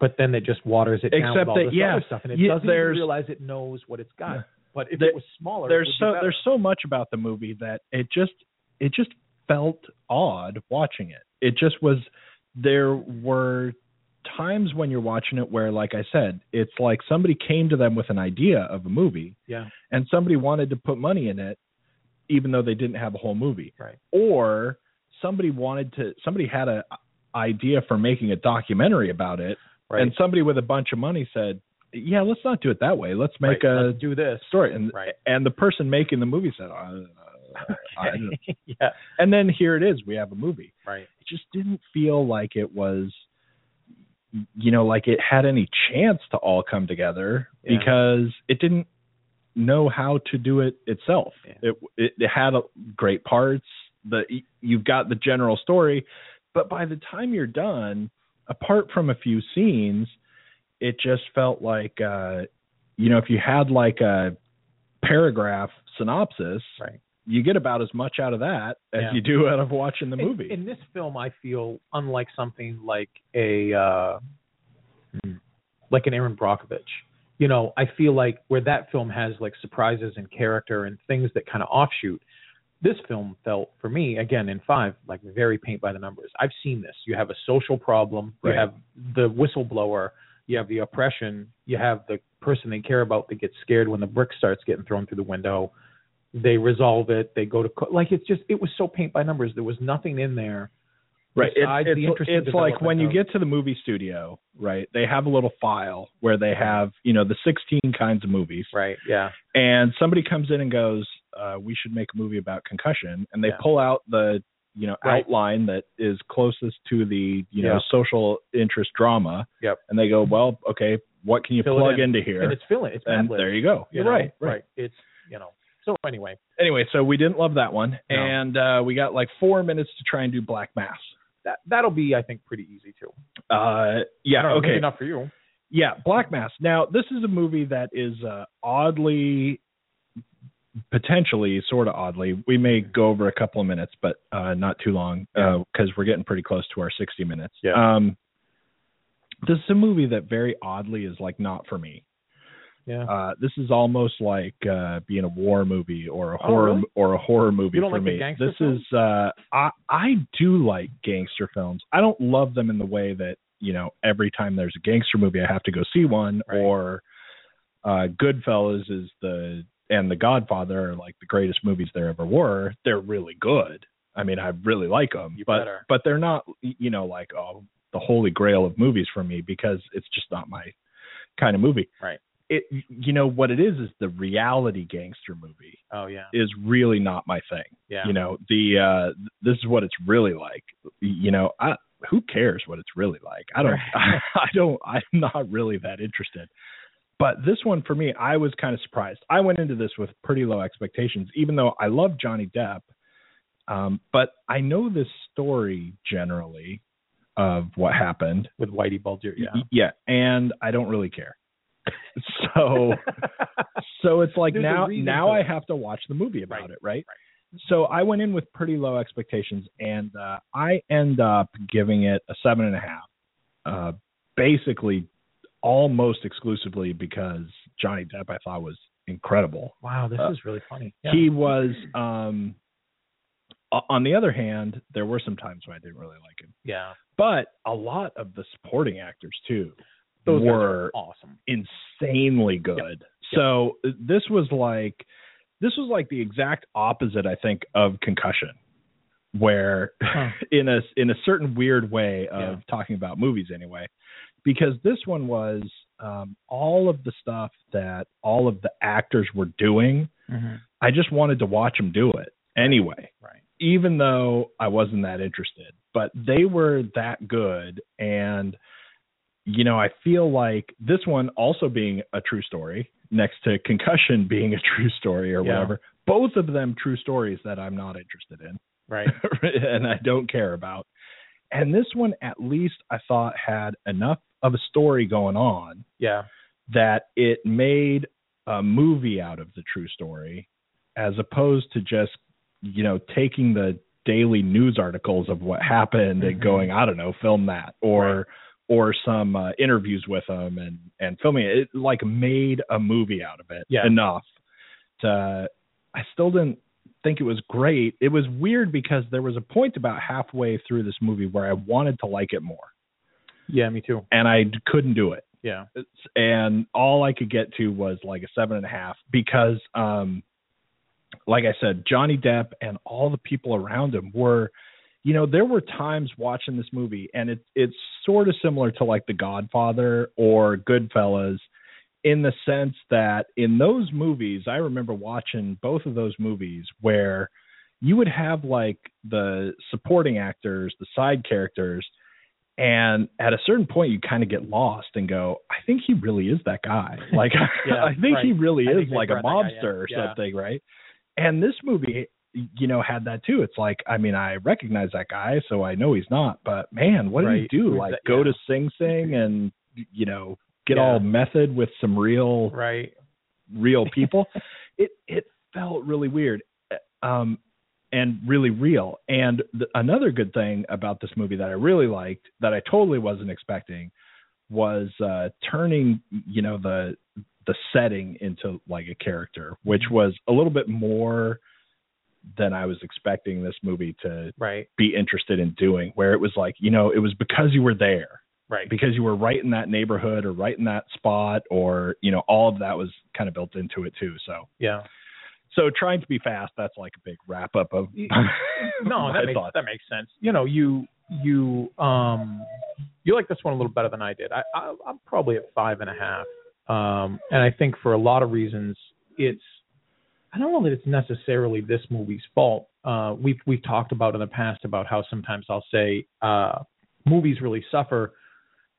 Speaker 2: But then it just waters it down with
Speaker 1: Except
Speaker 2: all
Speaker 1: that,
Speaker 2: this
Speaker 1: yeah,
Speaker 2: other stuff, and it
Speaker 1: yeah,
Speaker 2: doesn't even
Speaker 1: there's-
Speaker 2: realize it knows what it's got. But if
Speaker 1: There-
Speaker 2: it was smaller, it
Speaker 1: there's
Speaker 2: would be
Speaker 1: so
Speaker 2: better.
Speaker 1: there's so much about the movie that it just it just felt odd watching it. It just was there were times when you're watching it where like I said, it's like somebody came to them with an idea of a movie
Speaker 2: yeah.
Speaker 1: and somebody wanted to put money in it even though they didn't have a whole movie.
Speaker 2: Right.
Speaker 1: Or somebody wanted to somebody had a idea for making a documentary about it
Speaker 2: Right.
Speaker 1: and somebody with a bunch of money said, "Yeah, let's not do it that way. Let's make
Speaker 2: Right,
Speaker 1: a
Speaker 2: let's do this.
Speaker 1: story and
Speaker 2: Right.
Speaker 1: and the person making the movie said "Uh, I don't know."
Speaker 2: yeah.
Speaker 1: and then here it is we have a movie
Speaker 2: Right.
Speaker 1: it just didn't feel like it was you know like it had any chance to all come together
Speaker 2: Yeah.
Speaker 1: because it didn't know how to do it itself
Speaker 2: Yeah.
Speaker 1: it, it it had a, great parts the you've got the general story but by the time you're done apart from a few scenes it just felt like uh you know if you had like a paragraph synopsis
Speaker 2: Right.
Speaker 1: you get about as much out of that as
Speaker 2: Yeah.
Speaker 1: you do out of watching the movie
Speaker 2: In, in this film, I feel unlike something like a uh, like an Aaron Brockovich. You know, I feel like where that film has like surprises and character and things that kind of offshoot. This film felt for me again in five like very paint by the numbers. I've seen this. You have a social problem.
Speaker 1: Right.
Speaker 2: You have the whistleblower. you have the oppression, you have the person they care about that gets scared when the brick starts getting thrown through the window. They resolve it. They go to co- like it's just it was so paint by numbers. There was nothing in there.
Speaker 1: Right. It,
Speaker 2: besides the
Speaker 1: it's
Speaker 2: interest in
Speaker 1: it's like when you
Speaker 2: development
Speaker 1: get to the movie studio, right? They have a little file where they have, you know, the 16 kinds of movies.
Speaker 2: Right. Yeah.
Speaker 1: And somebody comes in and goes, uh, we should make a movie about concussion. And they
Speaker 2: Yeah.
Speaker 1: pull out the, you know,
Speaker 2: Right.
Speaker 1: outline that is closest to the, you know,
Speaker 2: Yeah.
Speaker 1: social interest drama.
Speaker 2: Yep.
Speaker 1: And they go, well, okay, what can you
Speaker 2: Fill it
Speaker 1: plug
Speaker 2: in.
Speaker 1: into here?
Speaker 2: And it's filling. It's
Speaker 1: And
Speaker 2: Mad Libs,
Speaker 1: there you go.
Speaker 2: you
Speaker 1: You're
Speaker 2: know?
Speaker 1: right. Right.
Speaker 2: It's you know. So anyway,
Speaker 1: Anyway, so we didn't love that one.
Speaker 2: No.
Speaker 1: And uh, we got like four minutes to try and do Black Mass.
Speaker 2: that that'll be I think pretty easy too.
Speaker 1: Uh,
Speaker 2: I
Speaker 1: yeah.
Speaker 2: don't know,
Speaker 1: okay.
Speaker 2: Maybe not for you.
Speaker 1: Yeah, Black Mass. Now, this is a movie that is uh, oddly, potentially, sort of oddly. We may go over a couple of minutes, but uh, not too long because we're getting pretty close to our 60 minutes.
Speaker 2: Yeah.
Speaker 1: Um, this is a movie that very oddly is like not for me.
Speaker 2: Yeah.
Speaker 1: Uh, this is almost like uh, being a war movie or a
Speaker 2: Oh,
Speaker 1: horror
Speaker 2: really?
Speaker 1: or a horror movie
Speaker 2: You don't
Speaker 1: for
Speaker 2: like the
Speaker 1: me.
Speaker 2: gangster
Speaker 1: this
Speaker 2: films?
Speaker 1: is uh, I I do like gangster films. I don't love them in the way that you know every time there's a gangster movie I have to go see one
Speaker 2: Right.
Speaker 1: or uh, Goodfellas is the and The Godfather are like the greatest movies there ever were. They're really good. I mean, I really like them,
Speaker 2: You
Speaker 1: but
Speaker 2: better.
Speaker 1: but they're not you know like oh the holy grail of movies for me because it's just not my kind of movie.
Speaker 2: Right.
Speaker 1: It you know what it is is the reality gangster movie
Speaker 2: Oh yeah.
Speaker 1: is really not my thing.
Speaker 2: Yeah.
Speaker 1: You know, the uh th- this is what it's really like. You know, I who cares what it's really like? I don't I,
Speaker 2: Right.
Speaker 1: don't I'm not really that interested. But this one for me, I was kind of surprised. I went into this with pretty low expectations even though I love Johnny Depp. Um but I know this story generally of what happened.
Speaker 2: With Whitey Bulger. Yeah.
Speaker 1: Yeah, and I don't really care. So
Speaker 2: Oh.
Speaker 1: so it's like
Speaker 2: There's a
Speaker 1: now
Speaker 2: reason
Speaker 1: now
Speaker 2: for
Speaker 1: I
Speaker 2: that.
Speaker 1: have to watch the movie about
Speaker 2: Right,
Speaker 1: it, right? So I went in with pretty low expectations, and uh, I end up giving it a seven and a half, uh, basically almost exclusively because Johnny Depp I thought was incredible.
Speaker 2: wow, this
Speaker 1: Uh,
Speaker 2: is really funny. Yeah.
Speaker 1: He was. Um, o- on the other hand, there were some times when I didn't really like him,
Speaker 2: yeah.
Speaker 1: but a lot of the supporting actors too
Speaker 2: Those guys
Speaker 1: were
Speaker 2: are awesome.
Speaker 1: insanely good. So this was like this was like the exact opposite, I think, of concussion, where
Speaker 2: Huh.
Speaker 1: in a in a certain weird way of
Speaker 2: Yeah.
Speaker 1: talking about movies anyway, because this one was um, all of the stuff that all of the actors were doing.
Speaker 2: Mm-hmm.
Speaker 1: I just wanted to watch them do it anyway
Speaker 2: Right.
Speaker 1: even though I wasn't that interested, but they were that good. And, you know, I feel like this one also being a true story next to concussion being a true story or
Speaker 2: Yeah.
Speaker 1: whatever, both of them true stories that I'm not interested in
Speaker 2: Right.
Speaker 1: and I don't care about. And this one, at least I thought had enough of a story going on
Speaker 2: Yeah.
Speaker 1: that it made a movie out of the true story as opposed to just you know taking the daily news articles of what happened and
Speaker 2: Mhm.
Speaker 1: going i don't know film that or or some uh, interviews with them and and filming it. it like made a movie out of it
Speaker 2: Yeah.
Speaker 1: enough to i still didn't think it was great it was weird because there was a point about halfway through this movie where i wanted to like it more
Speaker 2: Yeah. Me too.
Speaker 1: and i couldn't do it
Speaker 2: Yeah.
Speaker 1: and all I could get to was like a seven and a half because, um, like I said, Johnny Depp and all the people around him were, you know, there were times watching this movie, and it's it's sort of similar to like The Godfather or Goodfellas, in the sense that in those movies, I remember watching both of those movies where you would have like the supporting actors, the side characters, and at a certain point, you kind of get lost and go, I think he really is that guy. Like,
Speaker 2: Yeah,
Speaker 1: I think he
Speaker 2: right.
Speaker 1: really
Speaker 2: I
Speaker 1: is
Speaker 2: think they
Speaker 1: like a
Speaker 2: brought that guy
Speaker 1: mobster
Speaker 2: in.
Speaker 1: or
Speaker 2: Yeah.
Speaker 1: something, right? And this movie, you know, had that too. It's like, I mean, I recognize that guy, so I know he's not, but man, what
Speaker 2: Right.
Speaker 1: did he do?
Speaker 2: Who's
Speaker 1: Like,
Speaker 2: that-
Speaker 1: go
Speaker 2: yeah.
Speaker 1: to Sing Sing and, you know, get
Speaker 2: Yeah.
Speaker 1: all method with some real
Speaker 2: Right.
Speaker 1: real people. it it felt really weird, um, and really real. And the, another good thing about this movie that I really liked, that I totally wasn't expecting, was uh, turning you know the the setting into like a character, which was a little bit more than I was expecting this movie to
Speaker 2: Right.
Speaker 1: be interested in doing. Where it was like you know it was because you were there.
Speaker 2: Right.
Speaker 1: because you were right in that neighborhood or right in that spot or you know all of that was kind of built into it too so
Speaker 2: Yeah.
Speaker 1: so trying to be fast that's like a big wrap up of
Speaker 2: Y-
Speaker 1: my
Speaker 2: No, that makes
Speaker 1: thoughts.
Speaker 2: that makes sense. You know, you you um you like this one a little better than I did. I, I I'm probably at five and a half. Um, and I think for a lot of reasons, it's I don't know that it's necessarily this movie's fault. Uh, we've we've talked about in the past about how sometimes I'll say uh, movies really suffer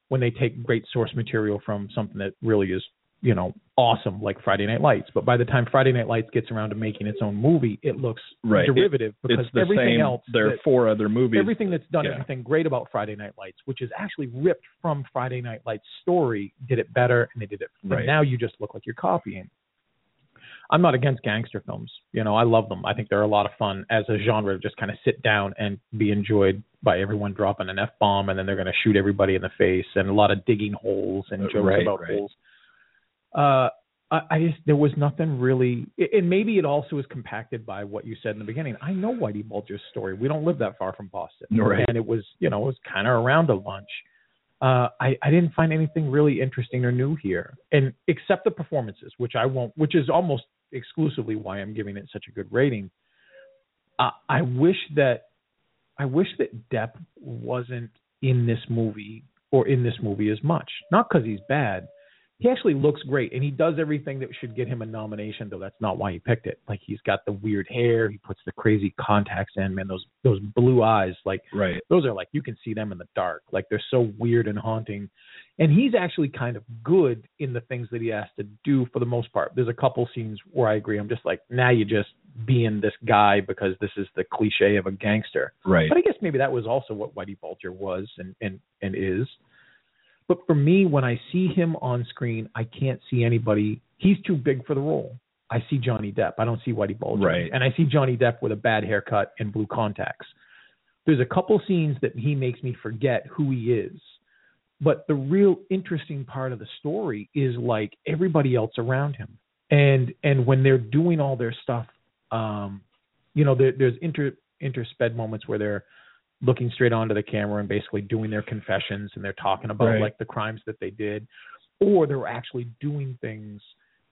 Speaker 2: when they take great source material from something that really is you know awesome like Friday Night Lights. But by the time Friday Night Lights gets around to making its own movie, it looks
Speaker 1: Right.
Speaker 2: derivative because
Speaker 1: it's the
Speaker 2: everything
Speaker 1: same
Speaker 2: else
Speaker 1: there are
Speaker 2: that-
Speaker 1: four other movies
Speaker 2: everything that's done
Speaker 1: yeah.
Speaker 2: everything great about Friday Night Lights, which is actually ripped from Friday Night Lights story, did it better and they did it. and
Speaker 1: Right.
Speaker 2: now you just look like you're copying. I'm not against gangster films. You know, I love them. I think they're a lot of fun as a genre to just kind of sit down and be enjoyed by everyone dropping an F bomb and then they're going to shoot everybody in the face and a lot of digging holes and
Speaker 1: Uh,
Speaker 2: jokes
Speaker 1: right,
Speaker 2: about
Speaker 1: right.
Speaker 2: holes. Uh, I, I just there was nothing really, a- and maybe it also is compacted by what you said in the beginning. I know Whitey Bulger's story. We don't live that far from Boston,
Speaker 1: Right.
Speaker 2: and it was you know it was kind of around a lunch. Uh, I I didn't find anything really interesting or new here, and except the performances, which I won't, which is almost exclusively why I'm giving it such a good rating. I I wish that I wish that Depp wasn't in this movie or in this movie as much. Not because he's bad. He actually looks great and he does everything that should get him a nomination, though that's not why he picked it. Like he's got the weird hair, he puts the crazy contacts in, man, those those blue eyes, like
Speaker 1: right
Speaker 2: those are like you can see them in the dark. Like they're so weird and haunting. And he's actually kind of good in the things that he has to do for the most part. There's a couple scenes where I agree. I'm just like, now you're just being this guy because this is the cliche of a gangster.
Speaker 1: right
Speaker 2: But I guess maybe that was also what Whitey Bulger was and and and is. But for me, when I see him on screen, I can't see anybody. He's too big for the role. I see Johnny Depp. I don't see Whitey Bulger.
Speaker 1: Right.
Speaker 2: And I see Johnny Depp with a bad haircut and blue contacts. There's a couple scenes that he makes me forget who he is. But the real interesting part of the story is like everybody else around him. And and when they're doing all their stuff, um, you know, there, there's inter intersped moments where they're looking straight onto the camera and basically doing their confessions and they're talking about
Speaker 1: Right.
Speaker 2: like the crimes that they did, or they're actually doing things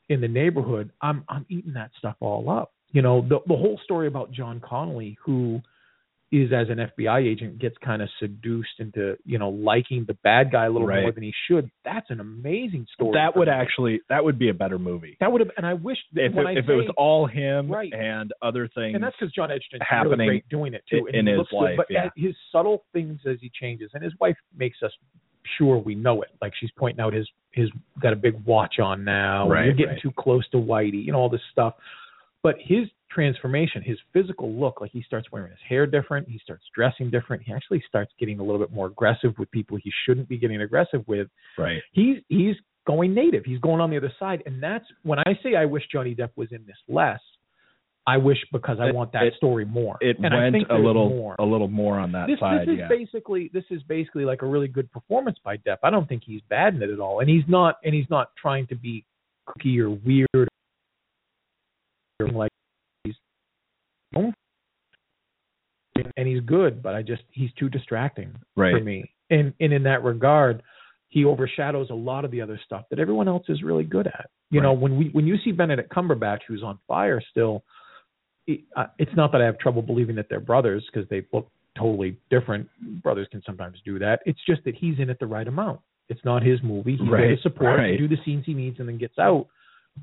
Speaker 2: in the neighborhood. I'm I'm eating that stuff all up. You know, the the whole story about John Connolly, who is as an FBI agent gets kind of seduced into you know liking the bad guy a little
Speaker 1: Right.
Speaker 2: more than he should. That's an amazing story.
Speaker 1: that
Speaker 2: for
Speaker 1: would
Speaker 2: me.
Speaker 1: actually that would be a better movie
Speaker 2: that would have and I wish that
Speaker 1: if
Speaker 2: when I
Speaker 1: it, if it was
Speaker 2: say-
Speaker 1: all him
Speaker 2: Right.
Speaker 1: and other things
Speaker 2: and that's because John Edgerton's really
Speaker 1: happening
Speaker 2: great doing it too,
Speaker 1: i-
Speaker 2: and
Speaker 1: in
Speaker 2: he
Speaker 1: his
Speaker 2: looks
Speaker 1: life,
Speaker 2: good, but
Speaker 1: yeah.
Speaker 2: at his subtle things as he changes, and his wife makes us sure we know it. Like she's pointing out his his got a big watch on now.
Speaker 1: Right,
Speaker 2: You're getting
Speaker 1: right.
Speaker 2: too close to Whitey, you know all this stuff. But his transformation, his physical look, like he starts wearing his hair different, he starts dressing different, he actually starts getting a little bit more aggressive with people he shouldn't be getting aggressive with
Speaker 1: right
Speaker 2: he's he's going native. He's going on the other side, and that's when I say I wish Johnny Depp was in this less. I wish because I
Speaker 1: It-
Speaker 2: want that
Speaker 1: it-
Speaker 2: story more.
Speaker 1: it
Speaker 2: and I think
Speaker 1: went a
Speaker 2: there's
Speaker 1: little
Speaker 2: more.
Speaker 1: a little more on that
Speaker 2: This,
Speaker 1: side
Speaker 2: this is
Speaker 1: yeah
Speaker 2: basically this is basically like a really good performance by Depp. I don't think he's bad in it at all, and he's not and he's not trying to be kooky or weird or anything like he's and he's good, but I just he's too distracting
Speaker 1: right
Speaker 2: for me. And and in that regard, he overshadows a lot of the other stuff that everyone else is really good at. You know,
Speaker 1: Right.
Speaker 2: when we when you see Benedict Cumberbatch who's on fire still, it, uh, it's not that I have trouble believing that they're brothers because they look totally different. Brothers can sometimes do that. It's just that he's in it the right amount. It's not his movie. He's there
Speaker 1: Right,
Speaker 2: to support,
Speaker 1: right.
Speaker 2: do the scenes he needs, and then gets out.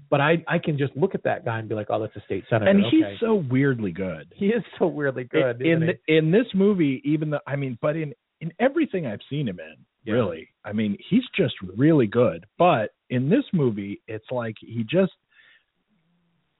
Speaker 2: But I I can just look at that guy and be like, oh, that's a state senator.
Speaker 1: and
Speaker 2: Okay.
Speaker 1: he's so weirdly good
Speaker 2: he is so weirdly good.
Speaker 1: in
Speaker 2: isn't he?
Speaker 1: in this movie even though i mean but in in everything i've seen him in
Speaker 2: Yeah.
Speaker 1: really i mean he's just really good but in this movie it's like he just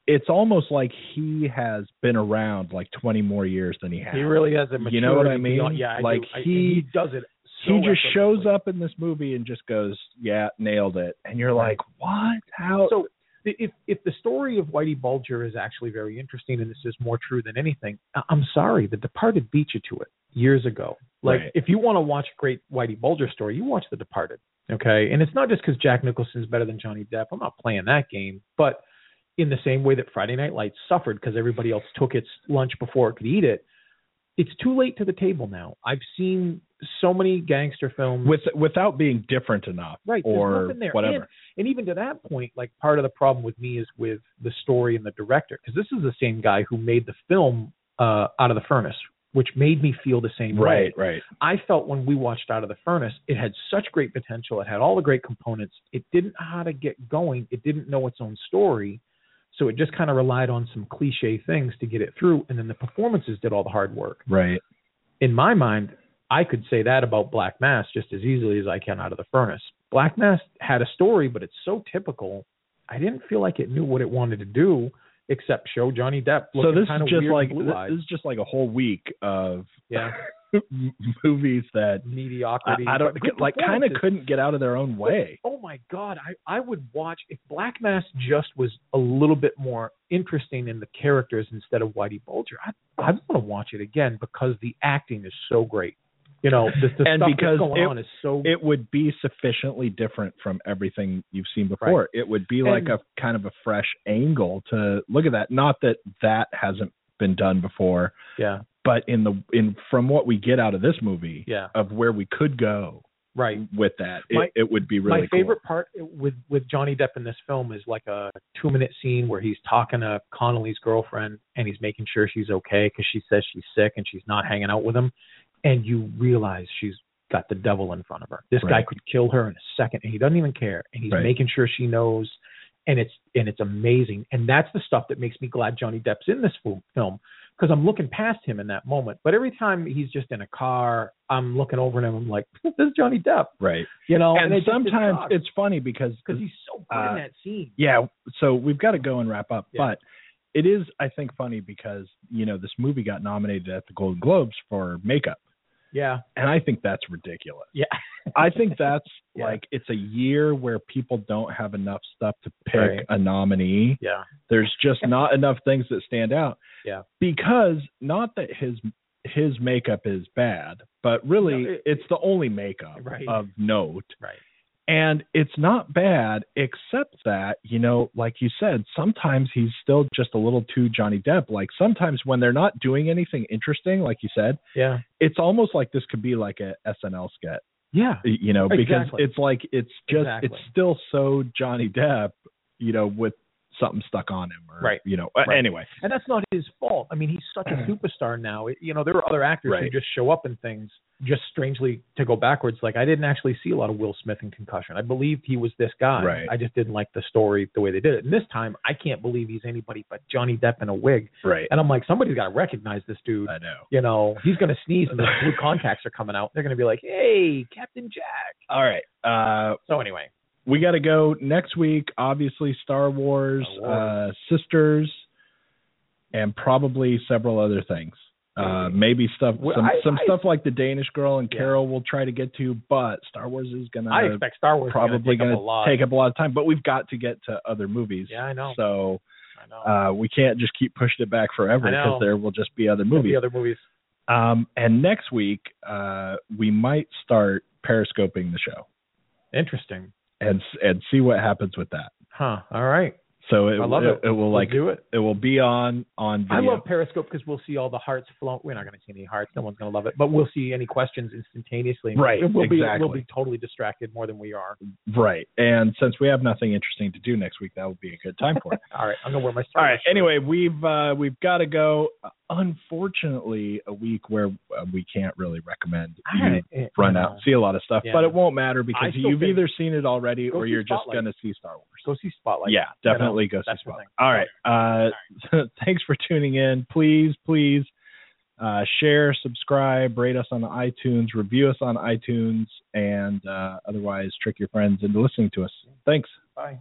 Speaker 1: it's almost like he has been around like 20 more years than he has
Speaker 2: He really has a maturity.
Speaker 1: You know what I
Speaker 2: beyond-
Speaker 1: mean?
Speaker 2: yeah, I do.
Speaker 1: Like,
Speaker 2: I- and
Speaker 1: he-
Speaker 2: he does it.
Speaker 1: he
Speaker 2: so
Speaker 1: just shows
Speaker 2: effortlessly.
Speaker 1: up in this movie and just goes yeah nailed it and you're like what how
Speaker 2: So i- if if the story of Whitey Bulger is actually very interesting, and this is more true than anything, I- I'm sorry, The Departed beat you to it years ago. Like
Speaker 1: Right.
Speaker 2: if you want to watch a great Whitey Bulger story, you watch The Departed. Okay, and it's not just because Jack Nicholson's better than Johnny Depp. I'm not playing that game, but in the same way that Friday Night Lights suffered because everybody else took its lunch before it could eat it, it's too late to the table now. I've seen so many gangster films
Speaker 1: with without being different enough
Speaker 2: right there's
Speaker 1: or
Speaker 2: nothing there.
Speaker 1: whatever.
Speaker 2: And, and even to that point, like part of the problem with me is with the story and the director because this is the same guy who made the film uh, Out of the Furnace, which made me feel the same way.
Speaker 1: right, right.
Speaker 2: I felt when we watched Out of the Furnace, it had such great potential. It had all the great components. It didn't know how to get going. It didn't know its own story. So it just kind of relied on some cliche things to get it through. And then the performances did all the hard work.
Speaker 1: Right.
Speaker 2: In my mind, I could say that about Black Mass just as easily as I can out of the furnace. Black Mass had a story, but it's so typical. I didn't feel like it knew what it wanted to do except show Johnny Depp.
Speaker 1: So
Speaker 2: looking
Speaker 1: this
Speaker 2: kinda
Speaker 1: is just
Speaker 2: weird
Speaker 1: like
Speaker 2: and blue-eyed.
Speaker 1: this is just like a whole week of
Speaker 2: yeah,
Speaker 1: m- movies that I,
Speaker 2: mediocrity.
Speaker 1: I don't
Speaker 2: but good
Speaker 1: like kind of
Speaker 2: performances.
Speaker 1: couldn't get out of their own way.
Speaker 2: oh my god i i would watch if black mass just was a little bit more interesting in the characters instead of whitey bulger i i want to watch it again because the acting is so great you know the, the
Speaker 1: And
Speaker 2: stuff
Speaker 1: because
Speaker 2: that's going
Speaker 1: it-
Speaker 2: on is so
Speaker 1: It would be sufficiently different from everything you've seen before. It would be like
Speaker 2: And-
Speaker 1: a kind of a fresh angle to look at that. Not that that hasn't been done before,
Speaker 2: yeah
Speaker 1: but in the in from what we get out of this movie
Speaker 2: yeah
Speaker 1: of where we could go
Speaker 2: right
Speaker 1: with that, it,
Speaker 2: My-
Speaker 1: it would be really
Speaker 2: my favorite part with with Johnny Depp in this film is like a two minute scene where he's talking to Connolly's girlfriend and he's making sure she's okay because she says she's sick and she's not hanging out with him, and you realize she's got the devil in front of her. This guy
Speaker 1: Right.
Speaker 2: could kill her in a second, and he doesn't even care, and he's
Speaker 1: Right.
Speaker 2: making sure she knows. And it's and it's amazing, and that's the stuff that makes me glad Johnny Depp's in this fu- film because I'm looking past him in that moment. But every time he's just in a car, I'm looking over at him. I'm like, this is Johnny Depp,
Speaker 1: cool. right.
Speaker 2: you know.
Speaker 1: and
Speaker 2: Oh, it just- it
Speaker 1: sometimes
Speaker 2: sucks
Speaker 1: it's funny because
Speaker 2: because he's so good
Speaker 1: Uh,
Speaker 2: in that scene.
Speaker 1: yeah so we've got to go and wrap up
Speaker 2: Yeah.
Speaker 1: but it is i think funny because you know this movie got nominated at the golden globes for makeup
Speaker 2: Yeah,
Speaker 1: and i think that's ridiculous
Speaker 2: Yeah.
Speaker 1: i think that's
Speaker 2: Yeah.
Speaker 1: like it's a year where people don't have enough stuff to pick
Speaker 2: Right.
Speaker 1: a nominee
Speaker 2: yeah,
Speaker 1: there's just not enough things that stand out
Speaker 2: Yeah.
Speaker 1: because not that his his makeup is bad but really
Speaker 2: No, it-
Speaker 1: it's the only makeup
Speaker 2: Right.
Speaker 1: of note
Speaker 2: right.
Speaker 1: and it's not bad, except that, you know, like you said, sometimes he's still just a little too Johnny Depp. Like sometimes when they're not doing anything interesting, like you said,
Speaker 2: Yeah,
Speaker 1: it's almost like this could be like a SNL sketch,
Speaker 2: yeah,
Speaker 1: you know, because
Speaker 2: Exactly.
Speaker 1: it's like it's just
Speaker 2: Exactly.
Speaker 1: it's still so Johnny Depp, you know, with something stuck on him or
Speaker 2: Right.
Speaker 1: you know. uh,
Speaker 2: Right.
Speaker 1: Anyway,
Speaker 2: and that's not his fault. I mean, he's such a superstar now. It- you know, there are other actors
Speaker 1: Mm-hmm. Right.
Speaker 2: who just show up in things just strangely to go backwards. Like I didn't actually see a lot of Will Smith in Concussion. I believed he was this guy.
Speaker 1: Right.
Speaker 2: I just didn't like the story the way they did it. And this time, I can't believe he's anybody but Johnny Depp in a wig.
Speaker 1: right.
Speaker 2: And I'm like, somebody's got to recognize this dude.
Speaker 1: I know.
Speaker 2: You know, he's going to sneeze and the blue contacts are coming out. They're going to be like, hey, Captain Jack.
Speaker 1: All right. Uh
Speaker 2: So anyway,
Speaker 1: we got to go next week. Obviously, Star Wars,
Speaker 2: Star Wars.
Speaker 1: Uh, Sisters, and probably several other things. Uh, maybe stuff,
Speaker 2: Well,
Speaker 1: some,
Speaker 2: I-
Speaker 1: some
Speaker 2: I-
Speaker 1: stuff like the Danish Girl and
Speaker 2: Yeah.
Speaker 1: Carol. We'll try to get to, but Star Wars is gonna
Speaker 2: I expect Star Wars is gonna
Speaker 1: Uh, probably
Speaker 2: take up
Speaker 1: gonna
Speaker 2: a lot.
Speaker 1: take up a lot of time. But we've got to get to other movies.
Speaker 2: Yeah, I know.
Speaker 1: So
Speaker 2: I know.
Speaker 1: uh, we can't just keep pushing it back forever
Speaker 2: I know.
Speaker 1: because there will just be other
Speaker 2: There'll
Speaker 1: movies.
Speaker 2: be other movies.
Speaker 1: um, and next week uh, we might start periscoping the show
Speaker 2: Interesting.
Speaker 1: and s- and see what happens with that.
Speaker 2: Huh. All right.
Speaker 1: So it,
Speaker 2: I love
Speaker 1: it,
Speaker 2: it.
Speaker 1: will
Speaker 2: We'll
Speaker 1: like uh,
Speaker 2: do it.
Speaker 1: it will be on on
Speaker 2: I
Speaker 1: video.
Speaker 2: love Periscope because we'll see all the hearts flow. We're not going to see any hearts. No one's going to love it, but we'll see any questions instantaneously.
Speaker 1: Right,
Speaker 2: We'll be
Speaker 1: exactly.
Speaker 2: we'll be totally distracted more than we are.
Speaker 1: right. And since we have nothing interesting to do next week, that would be a good time for it.
Speaker 2: All right. I'm going to wear my.
Speaker 1: All
Speaker 2: Star
Speaker 1: right.
Speaker 2: Wars shirt.
Speaker 1: Anyway, we've uh, we've got to go. Unfortunately, a week where uh, we can't really recommend
Speaker 2: All
Speaker 1: you
Speaker 2: right. Eh,
Speaker 1: run
Speaker 2: no.
Speaker 1: out and see a lot of stuff,
Speaker 2: Yeah.
Speaker 1: but it won't matter because
Speaker 2: still
Speaker 1: you've
Speaker 2: think-
Speaker 1: either seen it already
Speaker 2: Go
Speaker 1: or
Speaker 2: see
Speaker 1: you're just
Speaker 2: Spotlight.
Speaker 1: going to see Star Wars.
Speaker 2: Go see Spotlight.
Speaker 1: yeah,
Speaker 2: you know,
Speaker 1: definitely go see
Speaker 2: that's the
Speaker 1: Spotlight.
Speaker 2: thing.
Speaker 1: All right. Uh, thanks for tuning in. Please, please uh, share, subscribe, rate us on iTunes, review us on iTunes, and uh, otherwise trick your friends into listening to us. Thanks.
Speaker 2: Bye.